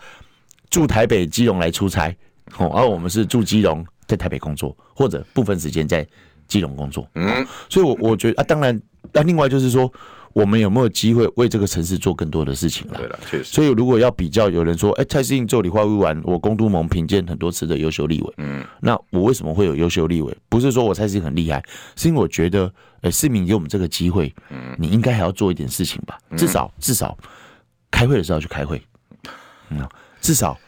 Speaker 2: 住台北、基隆来出差，哦，而、我们是住基隆，在台北工作，或者部分时间在基隆工作。哦
Speaker 1: 嗯，
Speaker 2: 所以我，我觉得啊，当然，那、另外就是说，我们有没有机会为这个城市做更多的事情啦
Speaker 1: 对？了，确实，
Speaker 2: 所以，如果要比较，有人说，哎、蔡适应做理化委员，我公都盟评鉴很多次的优秀立委，
Speaker 1: 嗯，
Speaker 2: 那我为什么会有优秀立委？不是说我蔡适应很厉害，是因为我觉得，呃，市民给我们这个机会，嗯，你应该还要做一点事情吧，
Speaker 1: 嗯
Speaker 2: 至少至少开会的时候要去开会，嗯，至少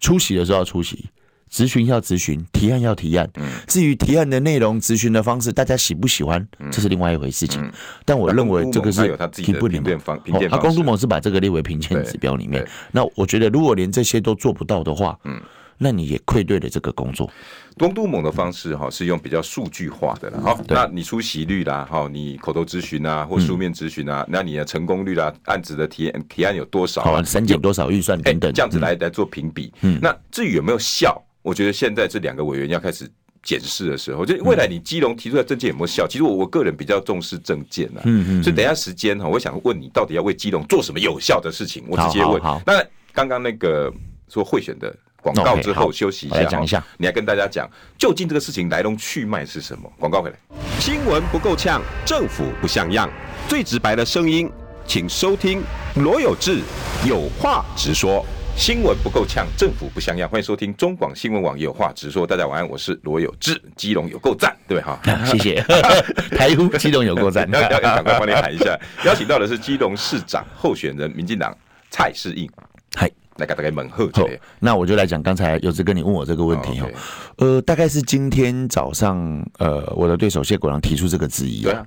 Speaker 2: 出席的时候要出席。咨询要咨询，提案要提案。
Speaker 1: 嗯
Speaker 2: 至于提案的内容、咨询的方式，大家喜不喜欢，这是另外一回事情。但我认为这个
Speaker 1: 嗯那公都盟它
Speaker 2: 是
Speaker 1: 有它自己的
Speaker 2: 不了
Speaker 1: 评鉴方评
Speaker 2: 哦
Speaker 1: 鉴
Speaker 2: 啊，
Speaker 1: 方式
Speaker 2: 公都盟是把这个列为评鉴指标里面
Speaker 1: 对对。
Speaker 2: 那我觉得，如果连这些都做不到的话，嗯，那你也愧对了这个工作。
Speaker 1: 东都盟的方式哈是用比较数据化的啦，好，那你出席率啦，哈，你口头咨询啊
Speaker 2: 嗯
Speaker 1: 或书面咨询啊，那你的成功率啦，案子的提案提案有多少
Speaker 2: 好
Speaker 1: 啊
Speaker 2: 啊，？删减多少预算
Speaker 1: 哎
Speaker 2: 等等，
Speaker 1: 这样子来来做评比。嗯，那至于有没有效，我觉得现在这两个委员要开始检视的时候，就
Speaker 2: 嗯
Speaker 1: 未来你基隆提出来政见有没有效？其实我我个人比较重视政见啊，嗯嗯，所以等一下时间哈，我想问你到底要为基隆做什么有效的事情？我直接问
Speaker 2: 好好好。
Speaker 1: 那刚刚那个说贿选的。广告
Speaker 2: OK，
Speaker 1: 之后
Speaker 2: 好
Speaker 1: 休息一
Speaker 2: 我
Speaker 1: 下，
Speaker 2: 来讲一下
Speaker 1: 哈，你来跟大家讲究竟这个事情来龙去脉是什么？广告回来。新闻不够呛，政府不像样，最直白的声音，请收听罗有志有话直说。新闻不够呛，政府不像样，欢迎收听中广新闻网有话直说。大家晚安，我是罗有志，基隆有够赞，对哈。
Speaker 2: 嗯谢谢。 [laughs] 台呼激动有
Speaker 1: [laughs]
Speaker 2: 过站，
Speaker 1: 要要要赶快帮你喊一
Speaker 2: [laughs]
Speaker 1: 下，邀请到的是基隆市长候选人，民进党蔡世应，
Speaker 2: 嗨。哦啊
Speaker 1: 来给大家猛喝
Speaker 2: 好
Speaker 1: 对，，
Speaker 2: 那我就来讲刚才有志跟你问我这个问题哦
Speaker 1: OK，
Speaker 2: 呃，大概是今天早上，呃，我的对手谢国良提出这个质疑
Speaker 1: 对啊
Speaker 2: 哦，，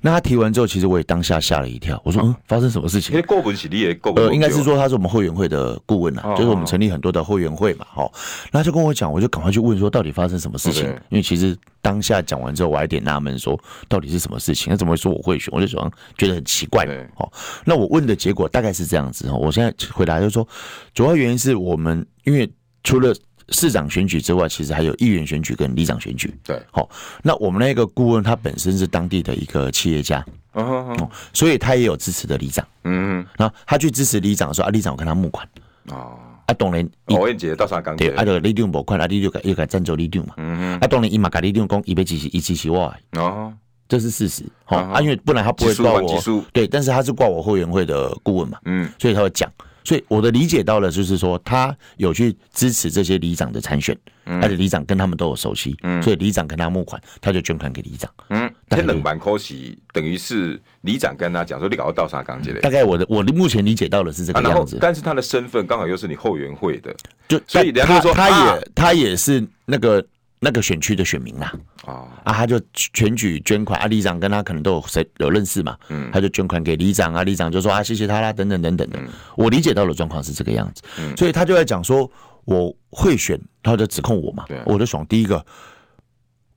Speaker 2: 那他提完之后，其实我也当下吓了一跳，我说嗯，发生什么事情
Speaker 1: 因为？过文是你也过文，
Speaker 2: 呃，应该是说他是我们会员会的顾问
Speaker 1: 哦
Speaker 2: 啊，就是我们成立很多的会员会嘛，哈，那他就跟我讲，我就赶快去问说到底发生什么事情
Speaker 1: OK，
Speaker 2: 因为其实当下讲完之后，我还有点纳闷说到底是什么事情，那怎么会说我会选？我就想觉得很奇怪
Speaker 1: 对，
Speaker 2: 哦，那我问的结果大概是这样子哦，我现在回答就是说，主要原因是我们因为除了市长选举之外，其实还有议员选举跟里长选举。
Speaker 1: 对，
Speaker 2: 好、那我们那个顾问他本身是当地的一个企业家，
Speaker 1: 嗯哼哼
Speaker 2: 所以他也有支持的里长。
Speaker 1: 嗯
Speaker 2: 那他去支持里长的时候，啊，里长有跟他募款，
Speaker 1: 哼哦，
Speaker 2: 啊，当然一
Speaker 1: 我燕姐到啥钢
Speaker 2: 对，
Speaker 1: 铁
Speaker 2: 啊，就里长募款，啊，你就给又给赞助里长嘛。
Speaker 1: 嗯
Speaker 2: 啊，当然伊嘛甲里长讲，伊要支持，伊支持我的，
Speaker 1: 哼，哦，
Speaker 2: 这是事实。好、
Speaker 1: 啊哈
Speaker 2: 啊，因为不然他不
Speaker 1: 技
Speaker 2: 会
Speaker 1: 术
Speaker 2: 挂
Speaker 1: 玩技
Speaker 2: 我，
Speaker 1: 术，
Speaker 2: 对，但是他是挂我后援会的顾问嘛。
Speaker 1: 嗯
Speaker 2: 所以他会讲。所以我的理解到了，就是说他有去支持这些里长的参选，
Speaker 1: 嗯
Speaker 2: 而且里长跟他们都有熟悉，所以里长跟他募款，他就捐款给里长。
Speaker 1: 嗯，
Speaker 2: 大概
Speaker 1: 这
Speaker 2: 就
Speaker 1: 冷板可惜，等于是里长跟他讲说，你搞到倒沙钢之类
Speaker 2: 大。概我的我的目前理解到的是这
Speaker 1: 啊，
Speaker 2: 个
Speaker 1: 然
Speaker 2: 样
Speaker 1: 后
Speaker 2: 子，
Speaker 1: 但是他的身份刚好又是你后援会的
Speaker 2: 就
Speaker 1: 所以人
Speaker 2: 但
Speaker 1: 家
Speaker 2: 他
Speaker 1: 说
Speaker 2: 他也、
Speaker 1: 啊
Speaker 2: 他也是那个那个选区的选民啦，
Speaker 1: 啊，
Speaker 2: 啊，他就选举捐款，啊，里长跟他可能都有谁有认识嘛，
Speaker 1: 嗯
Speaker 2: 他就捐款给里长啊，里长就说啊，谢谢他啦，等等等等的。我理解到的状况是这个样子，
Speaker 1: 嗯
Speaker 2: 所以他就在讲说，我会选，他就指控我嘛
Speaker 1: 对，啊
Speaker 2: 我就爽。第一个，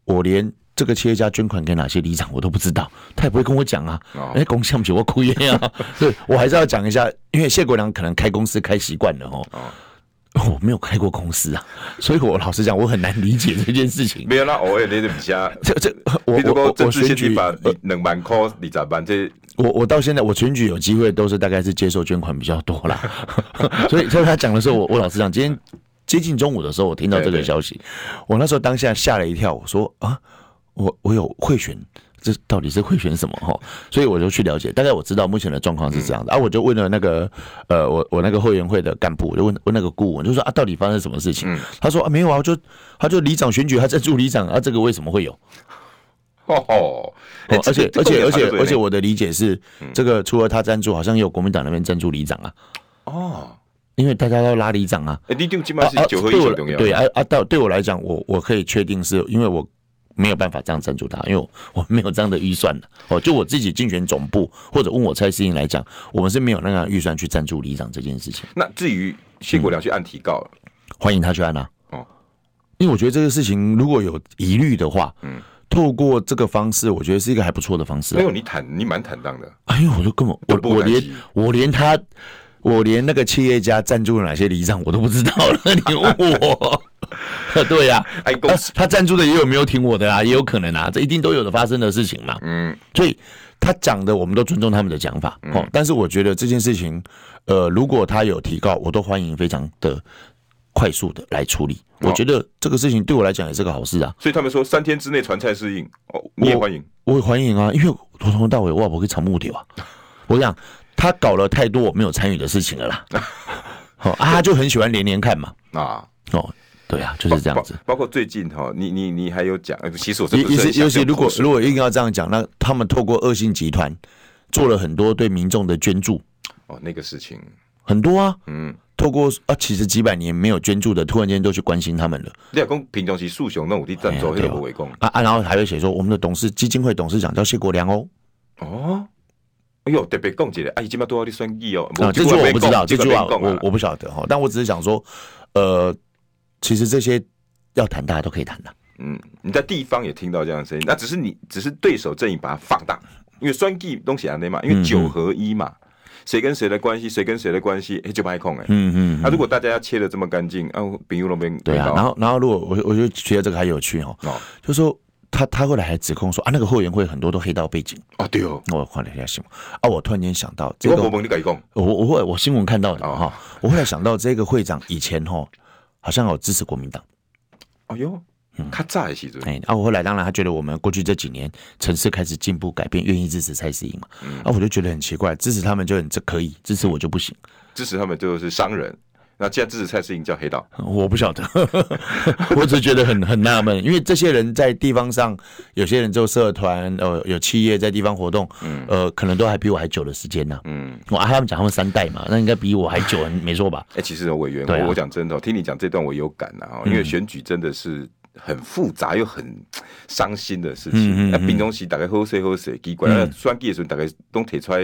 Speaker 2: 我连这个企业家捐款给哪些里长我都不知道，他也不会跟我讲啊。
Speaker 1: 哦
Speaker 2: 哎、公项不是我哭冤
Speaker 1: [laughs]
Speaker 2: 啊，对我还是要讲一下，因为谢国良可能开公司开习惯了哦。
Speaker 1: 哦
Speaker 2: 我没有开过公司啊，所以我老实讲，我很难理解这件事情。
Speaker 1: 没有那偶尔你就比较，
Speaker 2: 这这， [laughs] 我
Speaker 1: 比如
Speaker 2: 我
Speaker 1: 说
Speaker 2: 我
Speaker 1: 政
Speaker 2: 我
Speaker 1: 治
Speaker 2: 选
Speaker 1: 献金
Speaker 2: 举
Speaker 1: 法两万块，你咋办？这
Speaker 2: 我我到现在我选举有机会都是大概是接受捐款比较多啦， [laughs] 所以所以他讲的时候，我我老实讲，今天接近中午的时候，我听到
Speaker 1: 对
Speaker 2: 这个
Speaker 1: 对
Speaker 2: 消息，我那时候当下吓了一跳，我说啊，我我有贿选，这到底是贿选什么哈？所以我就去了解，大概我知道目前的状况是这样
Speaker 1: 嗯
Speaker 2: 的、啊，我就问了那个呃，我我那个会员会的干部，我就问问那个顾问，就说啊，到底发生什么事
Speaker 1: 嗯
Speaker 2: 情？他说啊，没有啊，就他就里长选举，他在助里长啊，这个为什么会有？
Speaker 1: 吼吼，哎
Speaker 2: 哦而
Speaker 1: [laughs]
Speaker 2: 且
Speaker 1: 这个
Speaker 2: 而且
Speaker 1: 这
Speaker 2: 而
Speaker 1: 个
Speaker 2: 且
Speaker 1: 对不对
Speaker 2: 而且，我的理解是，
Speaker 1: 嗯
Speaker 2: 这个除了他赞助，好像也有国民党那边赞助里长啊，
Speaker 1: 哦，
Speaker 2: 因为大家都拉里长啊。
Speaker 1: 哎，你丢起码是九合一
Speaker 2: 对
Speaker 1: 最
Speaker 2: 我
Speaker 1: 重要，
Speaker 2: 对，啊啊，到对我来讲，我我可以确定是因为我没有办法这样赞助他，因为我我没有这样的预算的。哦，就我自己竞选总部或者问我蔡思颖来讲，我们是没有那个预算去赞助里长这件事情。
Speaker 1: 那至于谢国良去按提告了，
Speaker 2: 欢迎他去按啊。
Speaker 1: 哦
Speaker 2: 哦，因为我觉得这个事情如果有疑虑的话，嗯，透过这个方式，我觉得是一个还不错的方式、
Speaker 1: 没
Speaker 2: 啊。
Speaker 1: 有你坦，你蛮坦荡的，
Speaker 2: 哎呦，我就根本
Speaker 1: 都
Speaker 2: 我
Speaker 1: 不
Speaker 2: 我
Speaker 1: 敢
Speaker 2: 连
Speaker 1: 提
Speaker 2: 我连他我连那个企业家赞助了哪些礼让我都不知道了，你问
Speaker 1: [laughs]
Speaker 2: 我？对呀、
Speaker 1: 哎，公
Speaker 2: 呃
Speaker 1: 司，
Speaker 2: 他赞助的也有没有听我的啊？也有可能啊，这一定都有的发生的事情嘛。
Speaker 1: 嗯，
Speaker 2: 所以他讲的，我们都尊重他们的讲法。哦，但是我觉得这件事情，呃，如果他有提告，我都欢迎非常的快速的来处理。
Speaker 1: 哦
Speaker 2: 我觉得这个事情对我来讲也是个好事啊，
Speaker 1: 所以他们说三天之内传菜适应，哦，你也欢迎，
Speaker 2: 我也欢迎啊，因为我从头到尾我不会藏目的
Speaker 1: [laughs]
Speaker 2: 啊。我想他搞了太多我没有参与的事情了
Speaker 1: [laughs]
Speaker 2: 啦。好、啊，他就很喜欢连连看嘛。
Speaker 1: 啊，
Speaker 2: 哦，对啊，就是这样子。
Speaker 1: 包包括最近哈，你你你还有讲，呃其实我真的
Speaker 2: 尤
Speaker 1: 不
Speaker 2: 尤
Speaker 1: 是很
Speaker 2: 其
Speaker 1: 想
Speaker 2: 尤其
Speaker 1: 这种
Speaker 2: 如果
Speaker 1: 口水
Speaker 2: 如果硬要这样讲，那他们透过恶性集团做了很多对民众的捐助，
Speaker 1: 哦那个事情，
Speaker 2: 很多啊，
Speaker 1: 嗯，
Speaker 2: 透过啊，其实几百年没有捐助的，突然间都去关心他们了
Speaker 1: 你讲讲平常时树熊那五地赞助，
Speaker 2: 哎呀
Speaker 1: 那
Speaker 2: 对
Speaker 1: 个
Speaker 2: 哦
Speaker 1: 不为公
Speaker 2: 啊啊，然后还会写说我们的董事基金会董事长叫谢国良哦，
Speaker 1: 哦。哎呦，特别讲一个，哎，今麦多少你选举哦？
Speaker 2: 啊，这句话我不知道，这句话我
Speaker 1: 我
Speaker 2: 我不晓得哈，但我只是想说，呃，其实这些要谈大家都可以谈的，
Speaker 1: 嗯，你在地方也听到这样的声音，那只是你只是对手阵营把它放大，因为双 G 东西安内嘛，因为
Speaker 2: 嗯嗯
Speaker 1: 九合一嘛，谁跟谁的关系，谁跟谁的关系，哎、就不爱控哎、
Speaker 2: 嗯嗯
Speaker 1: 那、如果大家要切的这么干净，啊，比如那边
Speaker 2: 对啊，然后然后如果我我就觉得这个还有趣哦，
Speaker 1: 哦
Speaker 2: 就说他他后来还指控说啊，那个后援会很多都黑道背景。
Speaker 1: 哦对哦，
Speaker 2: 我看了一下新闻啊，我突然间想到这
Speaker 1: 我
Speaker 2: 个
Speaker 1: 我，问你改讲，
Speaker 2: 我我我我新闻看到的嘛
Speaker 1: 哦
Speaker 2: 哈、我后来想到这个会长以前哈，好像有支持国民党，
Speaker 1: 哎呦，他炸的时阵，
Speaker 2: 哎、啊，我后来当然他觉得我们过去这几年城市开始进步改变，愿意支持蔡适应嘛，啊，我就觉得很奇怪，支持他们就很这可以，支持我就不行，
Speaker 1: 支持他们就是商人，那既然支持蔡适应叫黑道，
Speaker 2: 嗯我不晓得， [laughs] 我只是觉得很很纳闷，因为这些人在地方上，有些人做社团，呃，有企业在地方活动，呃，可能都还比我还久的时间呢、
Speaker 1: 嗯，
Speaker 2: 我、啊、他们讲他们三代嘛，那应该比我还久，没错吧？
Speaker 1: 哎、其实哦委员，
Speaker 2: 对啊
Speaker 1: 我我讲真的哦，听你讲这段我有感啊，哦因为选举真的是。很复杂又很伤心的事情。
Speaker 2: 嗯嗯嗯
Speaker 1: 那平常时大概好势好势，奇怪，那选举的时候大概都提出来，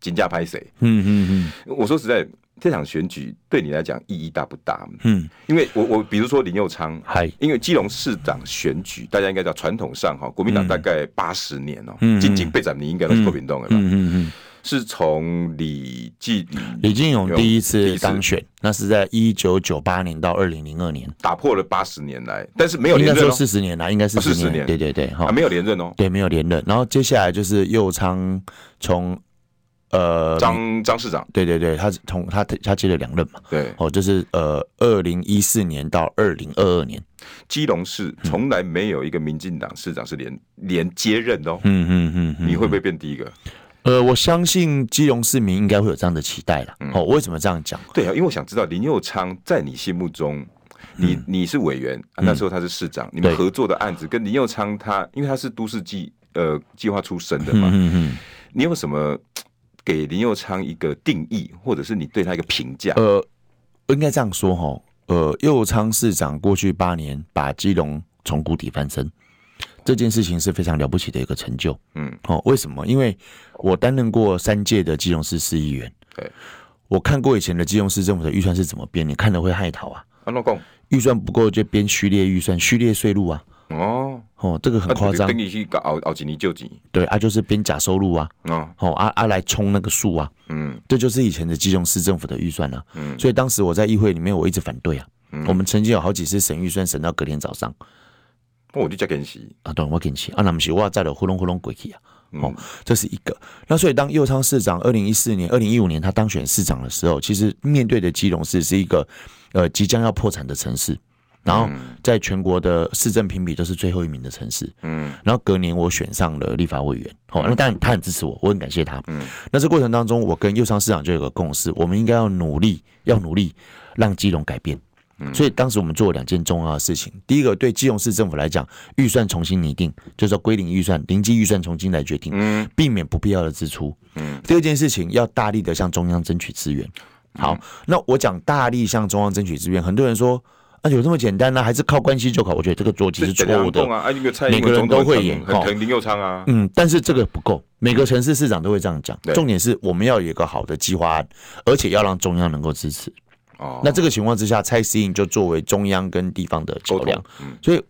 Speaker 1: 金价拍谁？
Speaker 2: [laughs] 嗯嗯嗯。
Speaker 1: 我说实在，这场选举对你来讲意义大不大？
Speaker 2: 嗯，
Speaker 1: 因为我我比如说林佑昌，
Speaker 2: 嗨，
Speaker 1: 因为基隆市长选举，大家应该知道传统上哈，国民党大概八十年哦，
Speaker 2: 嗯嗯
Speaker 1: 仅仅被斩，你应该都是国民党的吧？
Speaker 2: 嗯嗯嗯，
Speaker 1: 是从李继
Speaker 2: 李进勇第一次当
Speaker 1: 选
Speaker 2: 选，那是在一九九八年到二零零二年，
Speaker 1: 打破了八十年来，但是没有
Speaker 2: 应
Speaker 1: 连
Speaker 2: 该
Speaker 1: 任
Speaker 2: 说
Speaker 1: 哦，
Speaker 2: 四十年啦，应该是
Speaker 1: 啊40
Speaker 2: 40
Speaker 1: 年
Speaker 2: 对对对，哈、
Speaker 1: 啊，没有连任哦。
Speaker 2: 对，没有连任。然后接下来就是右昌从呃，
Speaker 1: 张张市长
Speaker 2: 对对对，他是从他他接了两任嘛，
Speaker 1: 对
Speaker 2: 哦，就是呃，二零一四年到二零二二年，
Speaker 1: 基隆市
Speaker 2: 嗯
Speaker 1: 从来没有一个民进党市长是连连接任的哦，
Speaker 2: 嗯嗯嗯嗯，
Speaker 1: 你会不会变第一个？
Speaker 2: 呃，我相信基隆市民应该会有这样的期待
Speaker 1: 嗯
Speaker 2: 啦。哦，为什么这样讲？
Speaker 1: 对啊，因为我想知道林佑昌在你心目中，你你是委员、啊，那时候他是市长，你们
Speaker 2: 嗯对
Speaker 1: 合作的案子跟林佑昌他，因为他是都市计呃计划出身的嘛，
Speaker 2: 嗯嗯，
Speaker 1: 你有什么给林佑昌一个定义，或者是你对他一个评价？
Speaker 2: 呃，应该这样说哈，呃，右昌市长过去八年把基隆从谷底翻身，这件事情是非常了不起的一个成就。
Speaker 1: 嗯，
Speaker 2: 哦，为什么？因为我担任过三届的基隆市市议员，
Speaker 1: 对，
Speaker 2: 我看过以前的基隆市政府的预算是怎么编，你看了会害逃啊，
Speaker 1: 安诺贡
Speaker 2: 预算不够就编序列预算、序列税入啊，
Speaker 1: 哦，
Speaker 2: 哦，这个很夸张
Speaker 1: 跟，你去搞熬熬几年救几
Speaker 2: 对啊，就是编假收入啊，
Speaker 1: 哦，
Speaker 2: 哦啊啊来冲那个数啊，
Speaker 1: 嗯
Speaker 2: 这就是以前的基隆市政府的预算啊。
Speaker 1: 嗯
Speaker 2: 所以当时我在议会里面，我一直反对啊。我们曾经有好几次审预算，审到隔天早上
Speaker 1: 那我就加给哦你，
Speaker 2: 啊，当然我跟你啊，那不是我在了呼隆呼隆鬼去啊。哦
Speaker 1: 嗯，
Speaker 2: 这是一个。那所以当右昌市长二零一四年、二零一五年他当选市长的时候，其实面对的基隆市是一个呃即将要破产的城市，然后在全国的市政评比都是最后一名的城市。
Speaker 1: 嗯
Speaker 2: 然后隔年我选上了立法委员，好、那当然他很支持我，我很感谢他。
Speaker 1: 嗯
Speaker 2: 嗯，那这过程当中，我跟右上市长就有个共识，我们应该要努力，要努力让基隆改变。
Speaker 1: 嗯
Speaker 2: 所以当时我们做了两件重要的事情，第一个对基隆市政府来讲，预算重新拟定，就是要归零预算、零基预算重新来决定，
Speaker 1: 嗯
Speaker 2: 避免不必要的支出。
Speaker 1: 嗯
Speaker 2: 第二件事情要大力的向中央争取资源。好，那我讲大力向中央争取资源，很多人说啊有这么简单呢、还是靠关系就好？我觉得这个逻辑是
Speaker 1: 这
Speaker 2: 错误的
Speaker 1: 两。啊，啊，因为蔡英
Speaker 2: 每个
Speaker 1: 文
Speaker 2: 人
Speaker 1: 总统
Speaker 2: 都会
Speaker 1: 很
Speaker 2: 演
Speaker 1: 很
Speaker 2: 哦
Speaker 1: 疼林佑昌啊，
Speaker 2: 嗯，但是这个不够，每个城市市长都会这样讲
Speaker 1: 对。
Speaker 2: 重点是我们要有一个好的计划案，而且要让中央能够支持。
Speaker 1: 哦，
Speaker 2: 那这个情况之下，蔡适应就作为中央跟地方的桥
Speaker 1: 沟
Speaker 2: 梁
Speaker 1: 通。，嗯
Speaker 2: 所以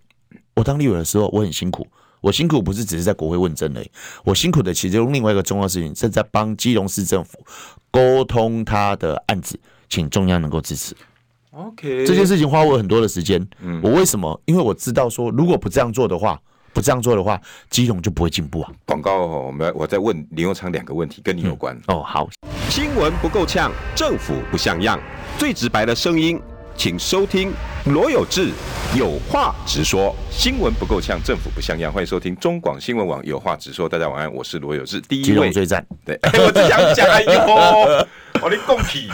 Speaker 2: 我当立委的时候，我很辛苦。我辛苦不是只是在国会问政而已，我辛苦的其实用另外一个重要事情是在帮基隆市政府沟通他的案子，请中央能够支持。
Speaker 1: ，OK，
Speaker 2: 这件事情花我很多的时间。
Speaker 1: 嗯
Speaker 2: 我为什么？因为我知道说，如果不这样做的话，不这样做的话，基隆就不会进步啊。
Speaker 1: 广告哦，我们来我再问林佑昌两个问题，跟你有关。
Speaker 2: 哦，好，
Speaker 1: 新闻不够呛，政府不像样，最直白的声音，请收听罗有志有话直说。新闻不够呛，政府不像样，欢迎收听中广新闻网有话直说。大家晚安，我是罗有志。第
Speaker 2: 基
Speaker 1: 一位
Speaker 2: 隆，最赞。
Speaker 1: 对，哎我只想讲，哎呦，哦我的贡体，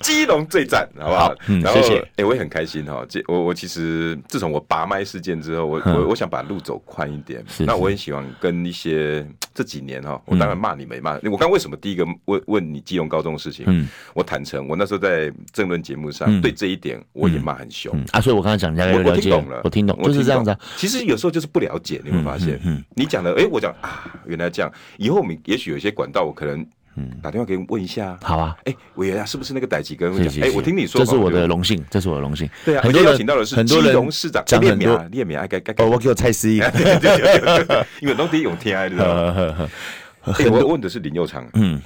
Speaker 1: 基隆最赞，好不好？
Speaker 2: 好嗯
Speaker 1: 然后
Speaker 2: 谢谢
Speaker 1: 哎，我也很开心哈、这我我其实自从我拔麦事件之后，我我我想把路走宽一点。
Speaker 2: 嗯是
Speaker 1: 那
Speaker 2: 是
Speaker 1: 我很喜欢跟一些这几年哈、我当然骂你没骂。我刚为什么第一个问问你基隆高中的事情？
Speaker 2: 嗯
Speaker 1: 我坦诚，我那时候在政论节目上、
Speaker 2: 嗯
Speaker 1: 对这一点我也骂很凶。
Speaker 2: 嗯啊，所以我刚才讲，大家
Speaker 1: 我
Speaker 2: 了
Speaker 1: 我听
Speaker 2: 解
Speaker 1: 懂了，
Speaker 2: 我听懂，就是这样子啊。。
Speaker 1: 其实有时候就是不了解，你会发现，
Speaker 2: 嗯嗯嗯
Speaker 1: 你讲了，哎、我讲啊，原来这样。以后我们也许有一些管道，我可能打电话给你问一下。
Speaker 2: 嗯好啊，
Speaker 1: 哎、委员啊，是不是那个逮几跟我
Speaker 2: 谢
Speaker 1: 讲？
Speaker 2: 谢。
Speaker 1: 哎、
Speaker 2: 谢
Speaker 1: 我听你说，
Speaker 2: 这是我
Speaker 1: 对
Speaker 2: 的
Speaker 1: 不对
Speaker 2: 荣幸，这是我的荣幸。
Speaker 1: 对啊，
Speaker 2: 很
Speaker 1: 而
Speaker 2: 多
Speaker 1: 且邀
Speaker 2: 人
Speaker 1: 请到的是
Speaker 2: 很多
Speaker 1: 基
Speaker 2: 人
Speaker 1: 隆市长
Speaker 2: 讲
Speaker 1: 列
Speaker 2: 很
Speaker 1: 冕啊
Speaker 2: 多，
Speaker 1: 列冕啊，该该该。
Speaker 2: 哦，我叫蔡思义。
Speaker 1: 对对对对对， [laughs] 因为拢得用天爱的知道吗。哎，我问的是林佑昌，嗯，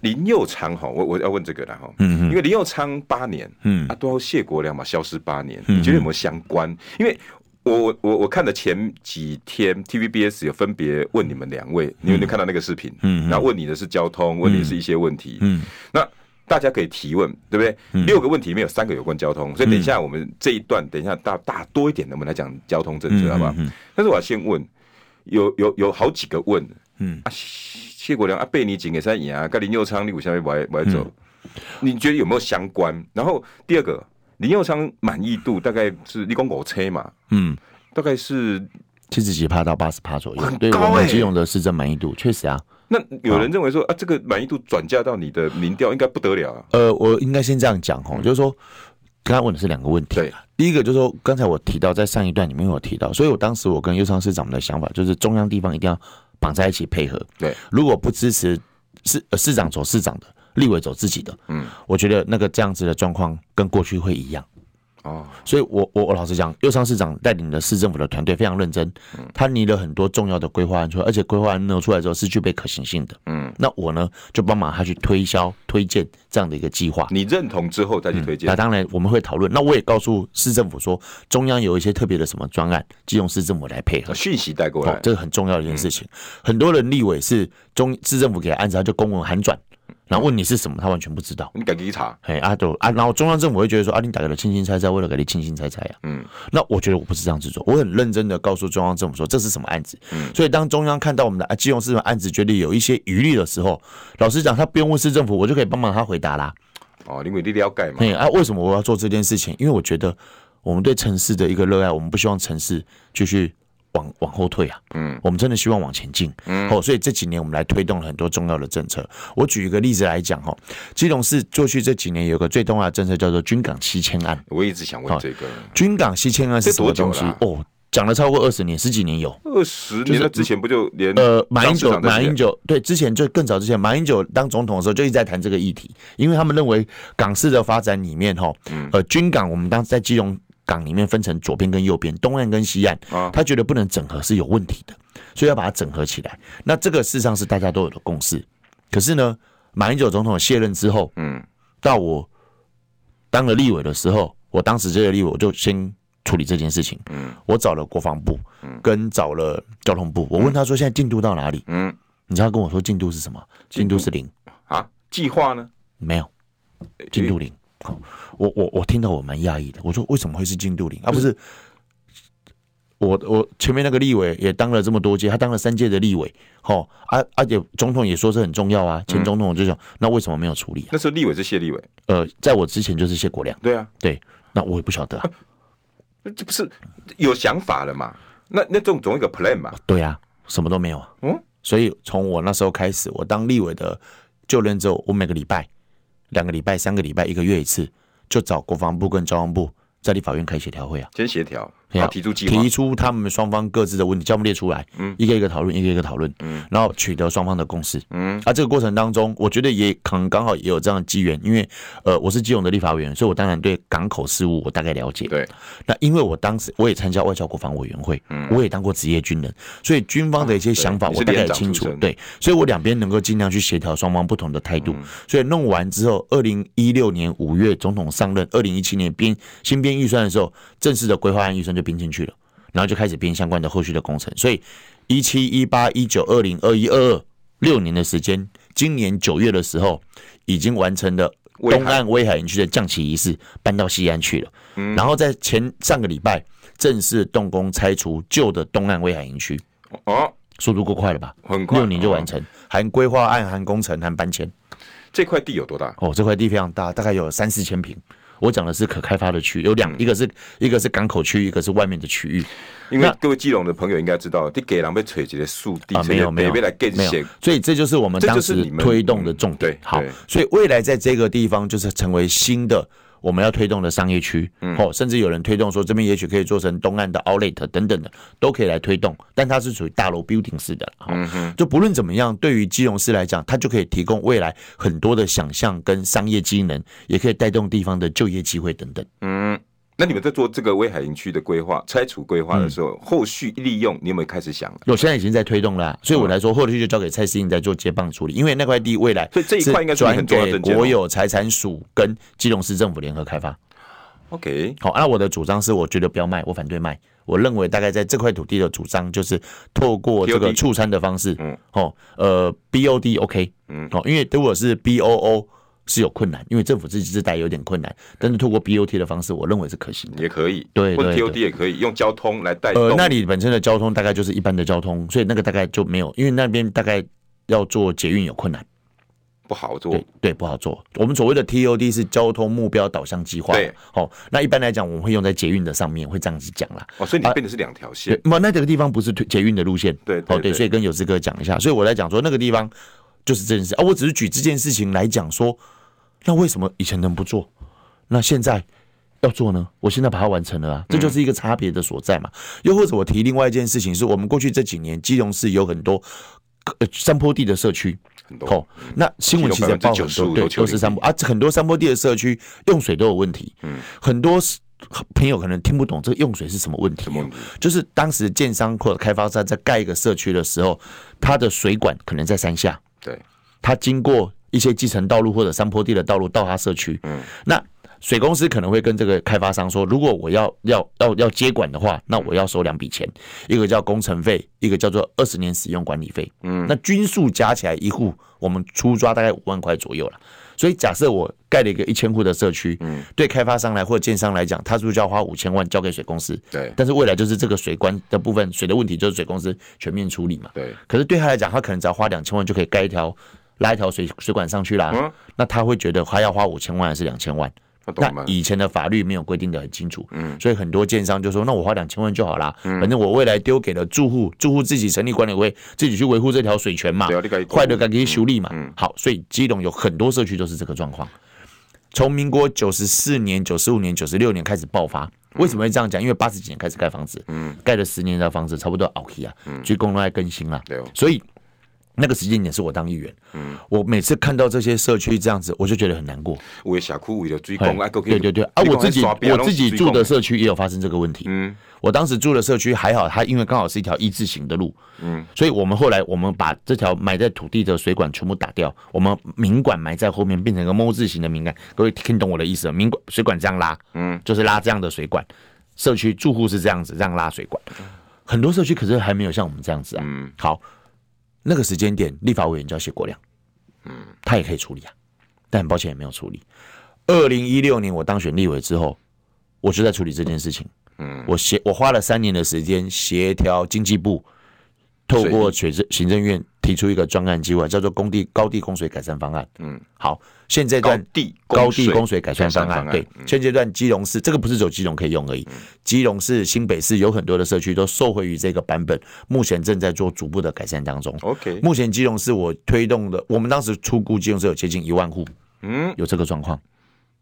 Speaker 1: 林佑昌哈，我我要问这个了哈，嗯因为林佑昌八年，嗯，啊，嗯都谢国良嘛消失八年，你觉得有没有相关？因为我我我我看了前几天 TVBS 有分别问你们两位，你有没有看到那个视频？嗯，然后问你的是交通，问你的是一些问题，嗯，那。大家可以提问，对不对？六个问题里面有三个有关交通，所以等一下我们这一段，等一下大大多一点，我们来讲交通政策，好不好？但是我要先问，有有有好几个问，嗯，啊，谢国良啊，贝尼景也在赢啊，跟林佑昌、李武下面歪歪
Speaker 2: 嗯
Speaker 1: 走，你觉得有没有相关？然后第二个，林佑昌满意度大概是立功狗车嘛，
Speaker 2: 嗯，
Speaker 1: 大概是
Speaker 2: 七十几趴到八十趴左右，
Speaker 1: 很
Speaker 2: 对
Speaker 1: 高
Speaker 2: 我们
Speaker 1: 欸
Speaker 2: 基隆的市政满意度确实啊。
Speaker 1: 那有人认为说啊，这个满意度转嫁到你的民调应该不得了啊，
Speaker 2: 呃，我应该先这样讲哦，就是说，刚刚问的是两个问
Speaker 1: 嗯
Speaker 2: 题。
Speaker 1: 对，
Speaker 2: 第一个就是说，刚才我提到在上一段里面有提到，所以我当时我跟右昌市长的想法就是，中央地方一定要绑在一起配合。
Speaker 1: 对，
Speaker 2: 如果不支持市、呃市长走市长的，立委走自己的，
Speaker 1: 嗯，
Speaker 2: 我觉得那个这样子的状况跟过去会一样。
Speaker 1: 哦，
Speaker 2: 所以我我我老实讲，右昌市长带领的市政府的团队非常认真，
Speaker 1: 嗯
Speaker 2: 他拟了很多重要的规划案出来，而且规划案弄出来之后是具备可行性的。
Speaker 1: 嗯，
Speaker 2: 那我呢就帮忙他去推销、推荐这样的一个计划。
Speaker 1: 你认同之后再去推荐
Speaker 2: 那，当然我们会讨论。那我也告诉市政府说，中央有一些特别的什么专案，基隆市政府来配合
Speaker 1: 啊。讯息带过
Speaker 2: 哦
Speaker 1: 来，，
Speaker 2: 这个很重要的一件事情。很多人立委是中市政府给的案子，他就公文函转，然后问你是什么，他完全不知道。
Speaker 1: 你赶紧查，
Speaker 2: 哎，啊都啊，然后中央政府会觉得说，啊，你打给了清清猜猜，为了给你清清猜猜呀、
Speaker 1: 嗯，
Speaker 2: 那我觉得我不是这样子做，我很认真的告诉中央政府说这是什么案子。所以当中央看到我们的啊基隆市政府案子，觉得有一些余力的时候，老实讲，他不用问市政府，我就可以帮忙他回答啦。
Speaker 1: 哦，因为你了解嘛，
Speaker 2: 哎啊，为什么我要做这件事情？因为我觉得我们对城市的一个热爱，我们不希望城市继续往往后退啊。
Speaker 1: 嗯，
Speaker 2: 我们真的希望往前进。嗯，哦，所以这几年我们来推动了很多重要的政策。我举一个例子来讲哦，基隆市过去这几年有个最重要的政策叫做军港七千案。
Speaker 1: 我一直想问这个，
Speaker 2: 军港七千案是
Speaker 1: 这
Speaker 2: 什么
Speaker 1: 多久
Speaker 2: 东西
Speaker 1: 了啊？
Speaker 2: 哦，讲了超过二十年，十几年有。
Speaker 1: 二十年了之前不就连
Speaker 2: 呃，马英九，
Speaker 1: 张市长在
Speaker 2: 马
Speaker 1: 写
Speaker 2: 英九对，之前就更早之前，马英九当总统的时候就一直在谈这个议题，因为他们认为港市的发展里面，哈，
Speaker 1: 嗯
Speaker 2: 呃，军港我们当时在基隆港里面分成左边跟右边，东岸跟西岸
Speaker 1: 啊，
Speaker 2: 他觉得不能整合是有问题的，所以要把它整合起来。那这个事实上是大家都有的共识，可是呢，马英九总统卸任之后，
Speaker 1: 嗯，
Speaker 2: 到我当了立委的时候，我当时这个立委我就先处理这件事情。
Speaker 1: 嗯，
Speaker 2: 我找了国防部，跟找了交通部，我问他说现在进度到哪里？
Speaker 1: 嗯
Speaker 2: 你知道他跟我说进度是什么？进度是零，
Speaker 1: 啊，计划呢？
Speaker 2: 没有进度零。好，我我我听到我蛮讶异的，我说为什么会是进度零？啊，不是我我前面那个立委也当了这么多届，他当了三届的立委，吼啊而且总统也说是很重要啊，前总统就想，那为什么没有处理啊？
Speaker 1: 那时候立委是谢立委，
Speaker 2: 呃，在我之前就是谢国良，
Speaker 1: 对啊，
Speaker 2: 对，那我也不晓得啊，
Speaker 1: 这不是有想法了嘛？那那总总有一个 plan 嘛？
Speaker 2: 对啊，什么都没有啊，
Speaker 1: 嗯，
Speaker 2: 所以从我那时候开始，我当立委的就任之后，我每个礼拜、两个礼拜、三个礼拜、一个月一次，就找国防部跟交通部在立法院开协调会啊。
Speaker 1: 先协调，
Speaker 2: 对
Speaker 1: 然
Speaker 2: 啊
Speaker 1: 后提出计划
Speaker 2: 提，出他们双方各自的问题，叫我们列出来，嗯，一个一个讨论，一个一个讨论，嗯，然后取得双方的共识，嗯，啊，这个过程当中，我觉得也可能刚好也有这样的机缘，因为呃，我是基隆的立法委员，所以我当然对港口事务我大概了解，
Speaker 1: 对，
Speaker 2: 那因为我当时我也参加外交国防委员会，我也当过职业军人，所以军方的一些想法
Speaker 1: 嗯啊对
Speaker 2: 我大概
Speaker 1: 你
Speaker 2: 也
Speaker 1: 是连长
Speaker 2: 清
Speaker 1: 出
Speaker 2: 楚
Speaker 1: 身，
Speaker 2: 对，所以我两边能够尽量去协调双方不同的态度。
Speaker 1: 嗯
Speaker 2: 所以弄完之后，二零一六年五月总统上任，二零一七年编新编预算的时候，正式的规划案预算就编进去了，然后就开始编相关的后续的工程。所以一七、一八、一九、二零、二一、二二六年的时间，今年九月的时候已经完成了。
Speaker 1: 威海
Speaker 2: 东岸威海营区的降旗仪式搬到西安去了，
Speaker 1: 嗯
Speaker 2: 然后在前上个礼拜正式动工拆除旧的东岸威海营区，
Speaker 1: 哦，
Speaker 2: 速度够快了吧？
Speaker 1: 很快，
Speaker 2: 六年就完
Speaker 1: 哦。
Speaker 2: 成，含规划案、含工程、含搬迁。
Speaker 1: 这块地有多大？
Speaker 2: 哦，这块地非常大，大概有三四千平。我讲的是可开发的区，有
Speaker 1: 嗯
Speaker 2: 两，一个是一个是港口区，一个是外面的区域
Speaker 1: 因为
Speaker 2: 那
Speaker 1: 各位基隆的朋友应该知道，你给人被垂直的树地
Speaker 2: 啊，，没有没有
Speaker 1: 被来更
Speaker 2: 没有
Speaker 1: 显，
Speaker 2: 所以这就是我们
Speaker 1: 这就
Speaker 2: 当
Speaker 1: 是
Speaker 2: 时
Speaker 1: 你们
Speaker 2: 推动的重
Speaker 1: 嗯对
Speaker 2: 点。好
Speaker 1: 对，
Speaker 2: 所以未来在这个地方就是成为新的我们要推动的商业区，
Speaker 1: 嗯
Speaker 2: 哦，甚至有人推动说这边也许可以做成东岸的 Outlet 等等的，都可以来推动，但它是属于大楼 building 式的，好，
Speaker 1: 嗯
Speaker 2: 就不论怎么样，对于基隆市来讲，它就可以提供未来很多的想象跟商业机能，也可以带动地方的就业机会等等。
Speaker 1: 嗯。那你们在做这个威海营区的规划、拆除规划的时
Speaker 2: 嗯
Speaker 1: 候，后续利用你有没有开始想了？
Speaker 2: 我现在已经在推动啦、所
Speaker 1: 嗯
Speaker 2: 以我来说，后续就交给蔡司应在做接棒处理，因为那块地未来
Speaker 1: 所以这一块应该是你
Speaker 2: 转
Speaker 1: 很重要的
Speaker 2: 给
Speaker 1: 证件哦
Speaker 2: 国有财产署跟基隆市政府联合开发。
Speaker 1: OK，
Speaker 2: 好、啊那我的主张是，我觉得不要卖，我反对卖。我认为大概在这块土地的主张就是透过这
Speaker 1: TOD
Speaker 2: 个促参的方式，
Speaker 1: 嗯，
Speaker 2: 哦，呃，BOD OK，
Speaker 1: 嗯
Speaker 2: 哦，因为如果是 BOO 是有困难，因为政府自己自带有点困难，但是透过 BOT 的方式，我认为是可行的。
Speaker 1: 也可以，
Speaker 2: 对
Speaker 1: 或者
Speaker 2: 对
Speaker 1: TOD 也可以用交通来带动。
Speaker 2: 呃，那里本身的交通大概就是一般的交通，所以那个大概就没有，因为那边大概要做捷运有困难，
Speaker 1: 不好做
Speaker 2: 对，对，不好做。我们所谓的 TOD 是交通目标导向计划，
Speaker 1: 对，
Speaker 2: 哦，那一般来讲我们会用在捷运的上面，会这样子讲啦。
Speaker 1: 哦，所以你变的是两条线
Speaker 2: 对，，那那这个地方不是推捷运的路线，
Speaker 1: 对对
Speaker 2: 哦对，
Speaker 1: 对
Speaker 2: 所以跟有志哥讲一下，所以我来讲说那个地方就是这件事啊，我只是举这件事情来讲说，那为什么以前能不做，那现在要做呢？我现在把它完成了
Speaker 1: 嗯
Speaker 2: 啊，这就是一个差别的所在嘛。又或者我提另外一件事情，是我们过去这几年基隆市有很多。呃，山坡地的社区，
Speaker 1: 很多。
Speaker 2: 哦，那新闻其实也报很
Speaker 1: 95%都
Speaker 2: 多，对，
Speaker 1: 丘陵
Speaker 2: 都是山坡啊，很多山坡地的社区用水都有问题，嗯，很多是朋友可能听不懂这个用水是什么问题啊
Speaker 1: 什么问题，
Speaker 2: 就是当时建商或者开发商在盖一个社区的时候，它的水管可能在山下，
Speaker 1: 对，
Speaker 2: 它经过一些继承道路或者山坡地的道路到它社区，
Speaker 1: 嗯，
Speaker 2: 那水公司可能会跟这个开发商说，如果我要要要要接管的话，那我要收两笔钱，一个叫工程费，一个叫做二十年使用管理费，嗯，那均数加起来一户，我们出抓大概五万块左右了。所以假设我盖了一个一千户的社区，嗯，对开发商来或建商来讲，他是不是就要花五千万交给水公司？
Speaker 1: 对
Speaker 2: 但是未来就是这个水关的部分，水的问题就是水公司全面处理嘛。
Speaker 1: 对，
Speaker 2: 可是对他来讲，他可能只要花两千万就可以盖一条拉一条水水管上去啦。
Speaker 1: 嗯
Speaker 2: 那他会觉得他要花五千万还是两千万？
Speaker 1: 我懂
Speaker 2: 那
Speaker 1: 吗？嗯
Speaker 2: 以前的法律没有规定的很清楚，所以很多建商就说，那我花两千万就好啦，反正我未来丢给了住户，住户自己成立管委会，自己去维护这条水权嘛
Speaker 1: 对啊你自己，嗯顾
Speaker 2: 坏的赶紧修理嘛。好，所以基隆有很多社区都是这个状况，从民国九十四年、九十五年、九十六年开始爆发。
Speaker 1: 嗯
Speaker 2: 为什么会这样讲？因为八十几年开始盖房子，盖了十年的房子差不多熬起啊，所以功能在更新啦
Speaker 1: 嗯对哦，嗯
Speaker 2: 所以。那个时间点是我当议员，我每次看到这些社区这样子，我就觉得很难过。
Speaker 1: 有的社区为了追
Speaker 2: 哎
Speaker 1: 工，哎，还
Speaker 2: 对对对，啊，我自己我自己住的，社区也有发生这个问题。嗯，我当时住的社区还好，它因为刚好是一条一字形的路，嗯，所以我们后来我们把这条埋在土地的水管全部打掉，我们明管埋在后面，变成一个 “M” 字形的明管。各位听懂我的意思了？明管水管这样拉，嗯，就是拉这样的水管。社区住户是这样子，这样拉水管。很多社区可是还没有像我们这样子啊。嗯，好，那个时间点，立法委员叫谢国良，嗯，他也可以处理啊，但很抱歉也没有处理。二零一六年我当选立委之后，我就在处理这件事情。嗯，我协我花了三年的时间协调经济部，透过行政行政院提出一个专案计划，叫做工地高地供水改善方案。嗯，好，现阶段
Speaker 1: 高地供
Speaker 2: 高地
Speaker 1: 水
Speaker 2: 供水改善方
Speaker 1: 改善
Speaker 2: 案嗯
Speaker 1: 方，案
Speaker 2: 对，现阶段基隆市这个不是只有基隆可以用而已，基隆市、新北市有很多的社区都受惠于这个版本，目前正在做逐步的改善当中。
Speaker 1: OK，
Speaker 2: 目前基隆市我推动的，我们当时初估基隆市有接近一万户
Speaker 1: 嗯，
Speaker 2: 有这个状况。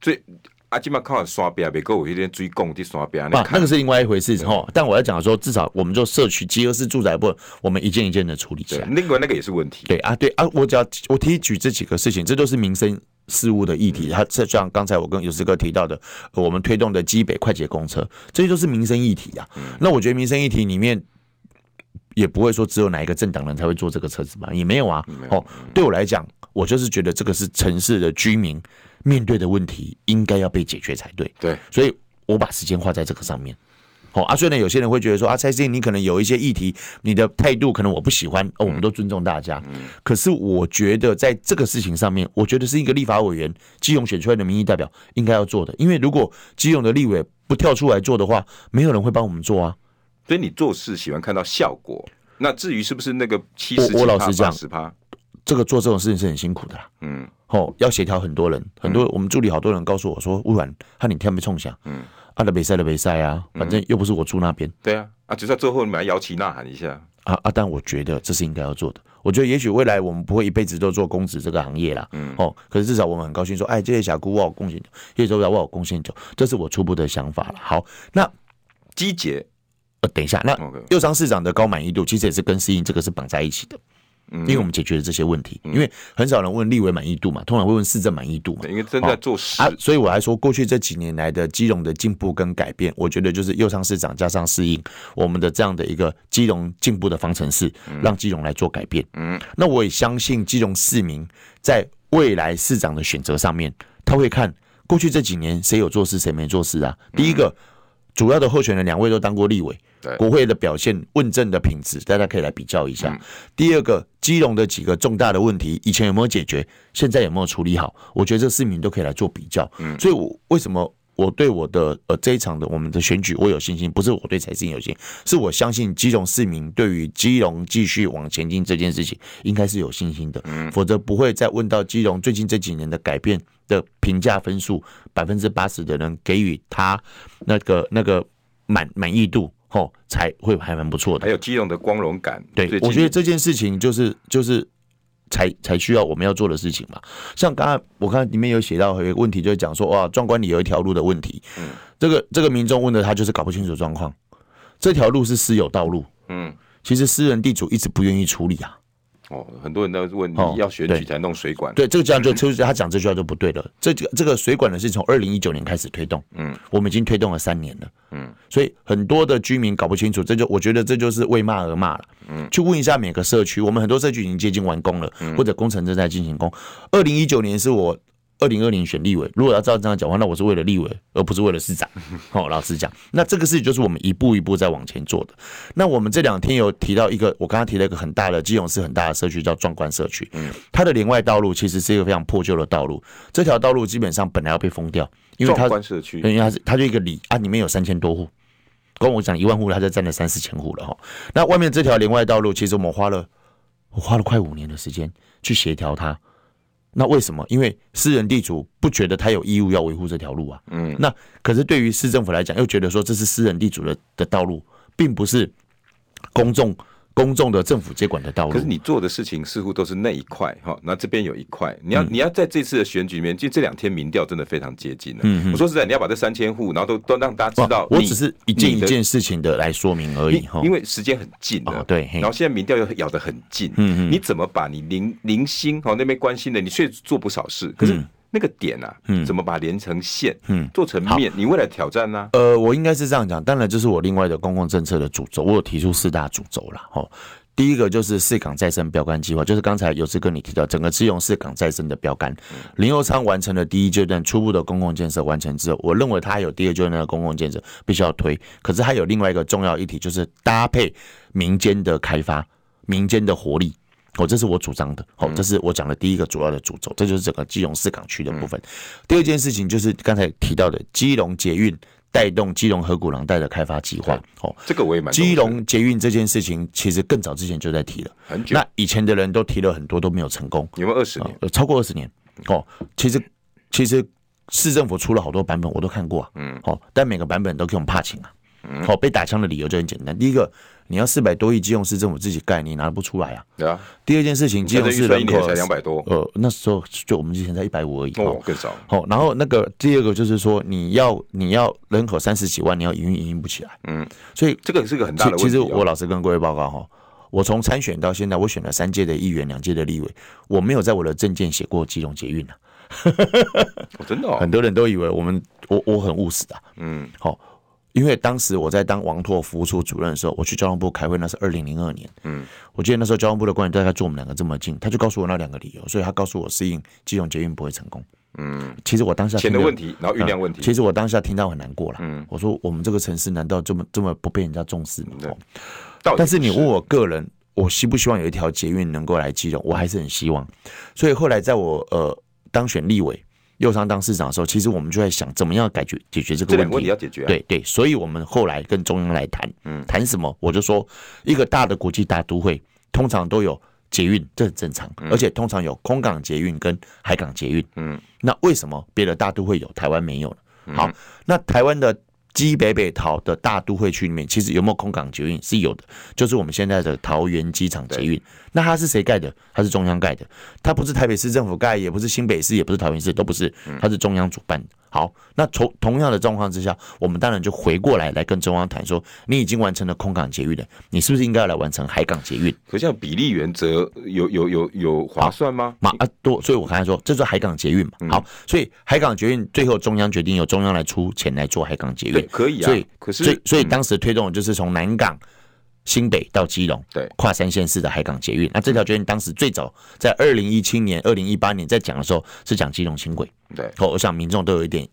Speaker 1: 最啊，即马靠山边袂够有迄个水供伫山边，你
Speaker 2: 啊，那
Speaker 1: 看
Speaker 2: 个是另外一回事哦。但我要讲说，至少我们做社区集合式住宅部分，我们一件一件的处理起
Speaker 1: 对
Speaker 2: 来。
Speaker 1: 另外那个也是问题。
Speaker 2: 对啊，对啊，我只要我提举这几个事情，这都是民生事务的议题。它这像刚才我跟有志哥提到的，呃我们推动的基北快捷公车，这些都是民生议题啊。那我觉得民生议题里面。也不会说只有哪一个政党人才会坐这个车子吧？也没有啊。哦，对我来讲，我就是觉得这个是城市的居民面对的问题，应该要被解决才对。
Speaker 1: 对，
Speaker 2: 所以我把时间花在这个上面。好、哦、啊，虽然有些人会觉得说啊，蔡司你可能有一些议题，你的态度可能我不喜欢，哦，我们都尊重大家。可是我觉得在这个事情上面，我觉得是一个立法委员基隆选出来的民意代表应该要做的，因为如果基隆的立委不跳出来做的话，没有人会帮我们做啊。
Speaker 1: 所以你做事喜欢看到效果。那至于是不是那个七
Speaker 2: 我
Speaker 1: 十、
Speaker 2: 我老实讲
Speaker 1: 十趴，
Speaker 2: 这个做这种事情是很辛苦的啦。
Speaker 1: 嗯，
Speaker 2: 哦，要协调很多人，很多、我们助理好多人告诉我说，微软和你天被冲下，嗯，啊的比赛的比赛啊，反正又不是我住那边。
Speaker 1: 对啊，啊，就在最后你们来摇旗呐喊一下，
Speaker 2: 啊啊！但我觉得这是应该要做的。我觉得也许未来我们不会一辈子都做公职这个行业啦，嗯，哦，可是至少我们很高兴说，哎，这些小姑我有贡献，叶州长我有贡献酒，这是我初步的想法了。好，那
Speaker 1: 集结，
Speaker 2: 呃，等一下，那
Speaker 1: OK
Speaker 2: 右商市长的高满意度其实也是跟适应这个是绑在一起的，因为我们解决了这些问题，因为很少人问立委满意度嘛，通常会问市政满意度嘛，
Speaker 1: 因为正在做事
Speaker 2: 啊，所以我还说，过去这几年来的基隆的进步跟改变，我觉得就是右上市长加上适应我们的这样的一个基隆进步的方程式，让基隆来做改变。嗯，那我也相信基隆市民在未来市长的选择上面，他会看过去这几年谁有做事，谁没做事啊。第一个。主要的候选人两位都当过立委
Speaker 1: 对，
Speaker 2: 国会的表现、问政的品质，大家可以来比较一下。第二个，基隆的几个重大的问题，以前有没有解决，现在有没有处理好？我觉得这市民都可以来做比较。所以我为什么我对我的呃这一场的我们的选举我有信心，不是我对财政有信心，是我相信基隆市民对于基隆继续往前进这件事情应该是有信心的，否则不会再问到基隆最近这几年的改变的评价分数，百分之八十的人给予他那个那个满满意度。吼，才会还蛮不错的
Speaker 1: 还。有基隆的光荣感。
Speaker 2: 对
Speaker 1: 最，近
Speaker 2: 我觉得这件事情就是就是才才需要我们要做的事情嘛。像刚才我看里面有写到有一个问题，就是讲说哇，壮观里有一条路的问题。嗯，这个这个民众问的他就是搞不清楚状况，这条路是私有道路，
Speaker 1: 嗯，
Speaker 2: 其实私人地主一直不愿意处理啊。
Speaker 1: 哦，很多人都问你
Speaker 2: 哦
Speaker 1: 要选
Speaker 2: 对
Speaker 1: 举才弄水管，
Speaker 2: 对，这个这样就就是他讲这句话就不对了。这这个这个水管呢是从二零一九年开始推动，嗯，我们已经推动了三年了，嗯，所以很多的居民搞不清楚，这就我觉得这就是为骂而骂了，嗯，去问一下每个社区，我们很多社区已经接近完工了，或者工程正在进行工。二零一九年是我。二零二零选立委，如果要照这样讲话，那我是为了立委，而不是为了
Speaker 1: [laughs]
Speaker 2: 市长。哦，老实讲，那这个事情就是我们一步一步在往前做的。那我们这两天有提到一个，我刚刚提了一个很大的基隆市很大的社区叫壮观社区，
Speaker 1: 嗯
Speaker 2: 它的连外道路其实是一个非常破旧的道路，这条道路基本上本来要被封掉，因为它
Speaker 1: 壮观社区
Speaker 2: 对，因为它是它就一个里啊，里面有三千多户，跟我讲一万户，它就占了三四千户了哈。那外面这条连外道路，其实我们花了我花了快五年的时间去协调它。那为什么？因为私人地主不觉得他有义务要维护这条路啊。嗯，那可是对于市政府来讲，又觉得说这是私人地主的的道路，并不是公众公众的政府接管的道路。
Speaker 1: 可是你做的事情似乎都是那一块哈，那这边有一块，你要、
Speaker 2: 嗯
Speaker 1: 你要在这次的选举里面，就这两天民调真的非常接近了。啊
Speaker 2: 嗯
Speaker 1: 我说实在，你要把这三千户，然后都都让大家知道
Speaker 2: 我
Speaker 1: 你
Speaker 2: 只是一件
Speaker 1: 你
Speaker 2: 一
Speaker 1: 的
Speaker 2: 件事情的来说明而已
Speaker 1: 因
Speaker 2: 哈。
Speaker 1: 因为时间很近了，
Speaker 2: 哦对嘿
Speaker 1: 然后现在民调又咬得很近，嗯嗯，你怎么把你零零星哦那边关心的，你确实做不少事，可是那个点啊，嗯，怎么把它连成线，嗯，做成面，你未来挑战啊呢、
Speaker 2: 呃，我应该是这样讲，当然这是我另外的公共政策的主轴，我有提出四大主轴啦。哦。第一个就是市港再生标杆计划，就是刚才有志跟你提到，整个基隆市港再生的标杆，林佑昌完成了第一阶段初步的公共建设完成之后，我认为他还有第二阶段的公共建设必须要推，可是还有另外一个重要议题，就是搭配民间的开发、民间的活力，哦，这是我主张的，哦，这是我讲的第一个主要的主轴，这就是整个基隆市港区的部分。第二件事情就是刚才提到的基隆捷运带动基隆河谷廊带的开发计划。哦，
Speaker 1: 这个我也蛮
Speaker 2: 基
Speaker 1: 重视的
Speaker 2: 隆捷运这件事情其实更早之前就在提了，
Speaker 1: 很久
Speaker 2: 那，以前的人都提了很多都没有成功，
Speaker 1: 有没有二十年？
Speaker 2: 呃，超过二十年哦。其实其实市政府出了好多版本，我都看过啊，嗯，哦，但每个版本都给我们怕请啊，
Speaker 1: 嗯
Speaker 2: 哦，被打枪的理由就很简单，第一个你要四百多亿基隆市政府自己盖，你拿不出来啊。
Speaker 1: 对啊，
Speaker 2: 第二件事情，基
Speaker 1: 现在
Speaker 2: 隆
Speaker 1: 预
Speaker 2: 市
Speaker 1: 算一
Speaker 2: 人
Speaker 1: 年
Speaker 2: 口
Speaker 1: 才两百多，
Speaker 2: 呃，那时候就我们之前才一百五而已。
Speaker 1: 哦
Speaker 2: 哦，
Speaker 1: 更少。
Speaker 2: 好，然后那个第二个就是说，你要你要人口三十几万，你要营运营运不起来。
Speaker 1: 嗯，
Speaker 2: 所以
Speaker 1: 这个是个很大
Speaker 2: 其
Speaker 1: 的问题、
Speaker 2: 其
Speaker 1: 哦。
Speaker 2: 实我老实跟各位报告哈，我从参选到现在，我选了三届的议员，两届的立委，我没有在我的证件写过基隆捷运啊。
Speaker 1: 哦真的、哦
Speaker 2: 很，多人都以为我们我我很务实的、啊
Speaker 1: 嗯，
Speaker 2: 好，因为当时我在当王拓服务处主任的时候，我去交通部开会，那是二零零二年。
Speaker 1: 嗯，
Speaker 2: 我记得那时候交通部的官员大概坐我们两个这么近，他就告诉我那两个理由，所以他告诉我适应基隆捷运不会成功。嗯，其实我当下
Speaker 1: 钱的
Speaker 2: 听到
Speaker 1: 问题，然后运量问题，
Speaker 2: 其实我当下听到很难过了。嗯，我说我们这个城市难道这么这么不被人家重视吗？
Speaker 1: 对
Speaker 2: 哦
Speaker 1: 到底
Speaker 2: 但是你问我个人，我希不希望有一条捷运能够来基隆？我还是很希望。所以后来在我呃当选立委、右商当市长的时候，其实我们就在想怎么样解决解决这
Speaker 1: 这
Speaker 2: 个
Speaker 1: 两
Speaker 2: 问
Speaker 1: 个问题
Speaker 2: 题
Speaker 1: 要。解决、啊。，
Speaker 2: 对对，所以我们后来跟中央来谈，
Speaker 1: 嗯
Speaker 2: 嗯，谈什么？我就说，一个大的国际大都会通常都有捷运，这很正常，而且通常有空港捷运跟海港捷运，
Speaker 1: 嗯
Speaker 2: 那为什么别的大都会有，台湾没有呢？好，那台湾的基北北桃的大都会区里面，其实有没有空港捷运是有的，就是我们现在的桃园机场捷运。那它是谁盖的？它是中央盖的，它不是台北市政府盖，也不是新北市，也不是桃园市，都不是，
Speaker 1: 嗯
Speaker 2: 它是中央主办的。好，那从同样的状况之下，我们当然就回过来来跟中央谈说，你已经完成了空港捷运了，你是不是应该要来完成海港捷运？
Speaker 1: 可像比例原则有有有有划算吗？
Speaker 2: 嘛啊多，所以我刚才说，这是海港捷运嘛。
Speaker 1: 嗯
Speaker 2: 好，所以海港捷运最后中央决定由中央来出钱来做海港捷
Speaker 1: 对，
Speaker 2: 运，
Speaker 1: 可以啊。
Speaker 2: 所以
Speaker 1: 可
Speaker 2: 所以
Speaker 1: 是
Speaker 2: 所以当时推动的就是从南港、新北到基隆，
Speaker 1: 对嗯
Speaker 2: 跨三县市的海港捷运。那这条捷运当时最早在二零一七年、二零一八年在讲的时候是讲基隆轻轨，
Speaker 1: 对，
Speaker 2: 哦，我想民众都有一点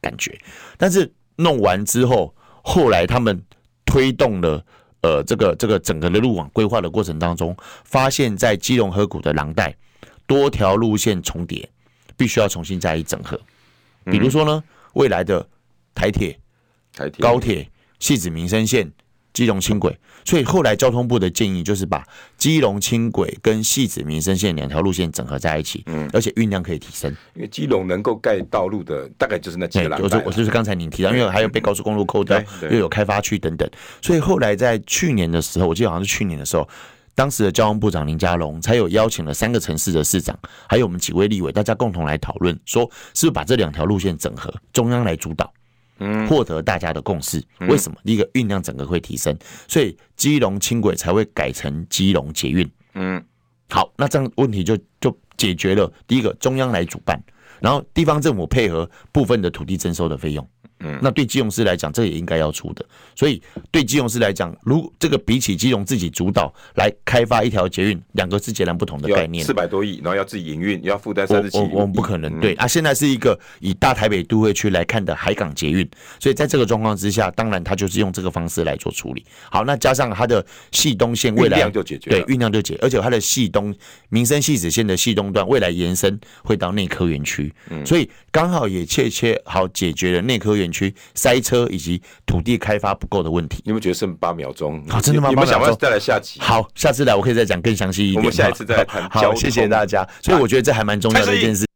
Speaker 2: 感觉。但是弄完之后，后来他们推动了呃这个这个整个的路网规划的过程当中，发现在基隆河谷的廊带多条路线重叠，必须要重新加以整合。
Speaker 1: 嗯
Speaker 2: 比如说呢，未来的台铁、
Speaker 1: 台铁
Speaker 2: 高铁、戏子民生线、基隆轻轨，所以后来交通部的建议就是把基隆轻轨跟戏子民生线两条路线整合在一起，嗯，而且运量可以提升。
Speaker 1: 因为基隆能够盖道路的大概就是那几
Speaker 2: 对，
Speaker 1: 个廊
Speaker 2: 我
Speaker 1: 带啦
Speaker 2: 就我就是刚才您提到，因为还有被高速公路扣掉，
Speaker 1: 对对
Speaker 2: 又有开发区等等，所以后来在去年的时候，我记得好像是去年的时候，当时的交通部长林佳龙才有邀请了三个城市的市长，还有我们几位立委，大家共同来讨论，说是不是把这两条路线整合，中央来主导。
Speaker 1: 嗯
Speaker 2: 获得大家的共识，为什么？第一个运量整个会提升，所以基隆轻轨才会改成基隆捷运。
Speaker 1: 嗯，
Speaker 2: 好，那这样问题就就解决了。第一个，中央来主办，然后地方政府配合部分的土地征收的费用。
Speaker 1: 嗯，
Speaker 2: 那对基隆市来讲，这也应该要出的。所以对基隆市来讲，如这个比起基隆自己主导来开发一条捷运，两个是截然不同的概
Speaker 1: 要
Speaker 2: 念
Speaker 1: 四。百多亿，然后要自己营运，要负担
Speaker 2: 我
Speaker 1: 三十七
Speaker 2: 我我们不可
Speaker 1: 嗯
Speaker 2: 能对啊！现在是一个以大台北都会区来看的海港捷运，所以在这个状况之下，当然它就是用这个方式来做处理。好，那加上它的系东线未
Speaker 1: 运
Speaker 2: 来
Speaker 1: 量就解决
Speaker 2: 对
Speaker 1: 了。
Speaker 2: 酝酿就解，而且它的系东民生系子线的系东段未来延伸会到内科园区，
Speaker 1: 嗯
Speaker 2: 所以刚好也切切好解决了内科园区塞车以及土地开发不够的问题。
Speaker 1: 你们觉得剩八秒钟？
Speaker 2: 啊真的吗
Speaker 1: 你们
Speaker 2: 八秒
Speaker 1: 想
Speaker 2: 钟
Speaker 1: 要再来下集？
Speaker 2: 好，下次来我可以再讲更详细一
Speaker 1: 我
Speaker 2: 点。
Speaker 1: 们下一次再来谈
Speaker 2: 好，
Speaker 1: 交
Speaker 2: 好
Speaker 1: 通
Speaker 2: 谢谢大家。所以我觉得这还蛮重要的一件事。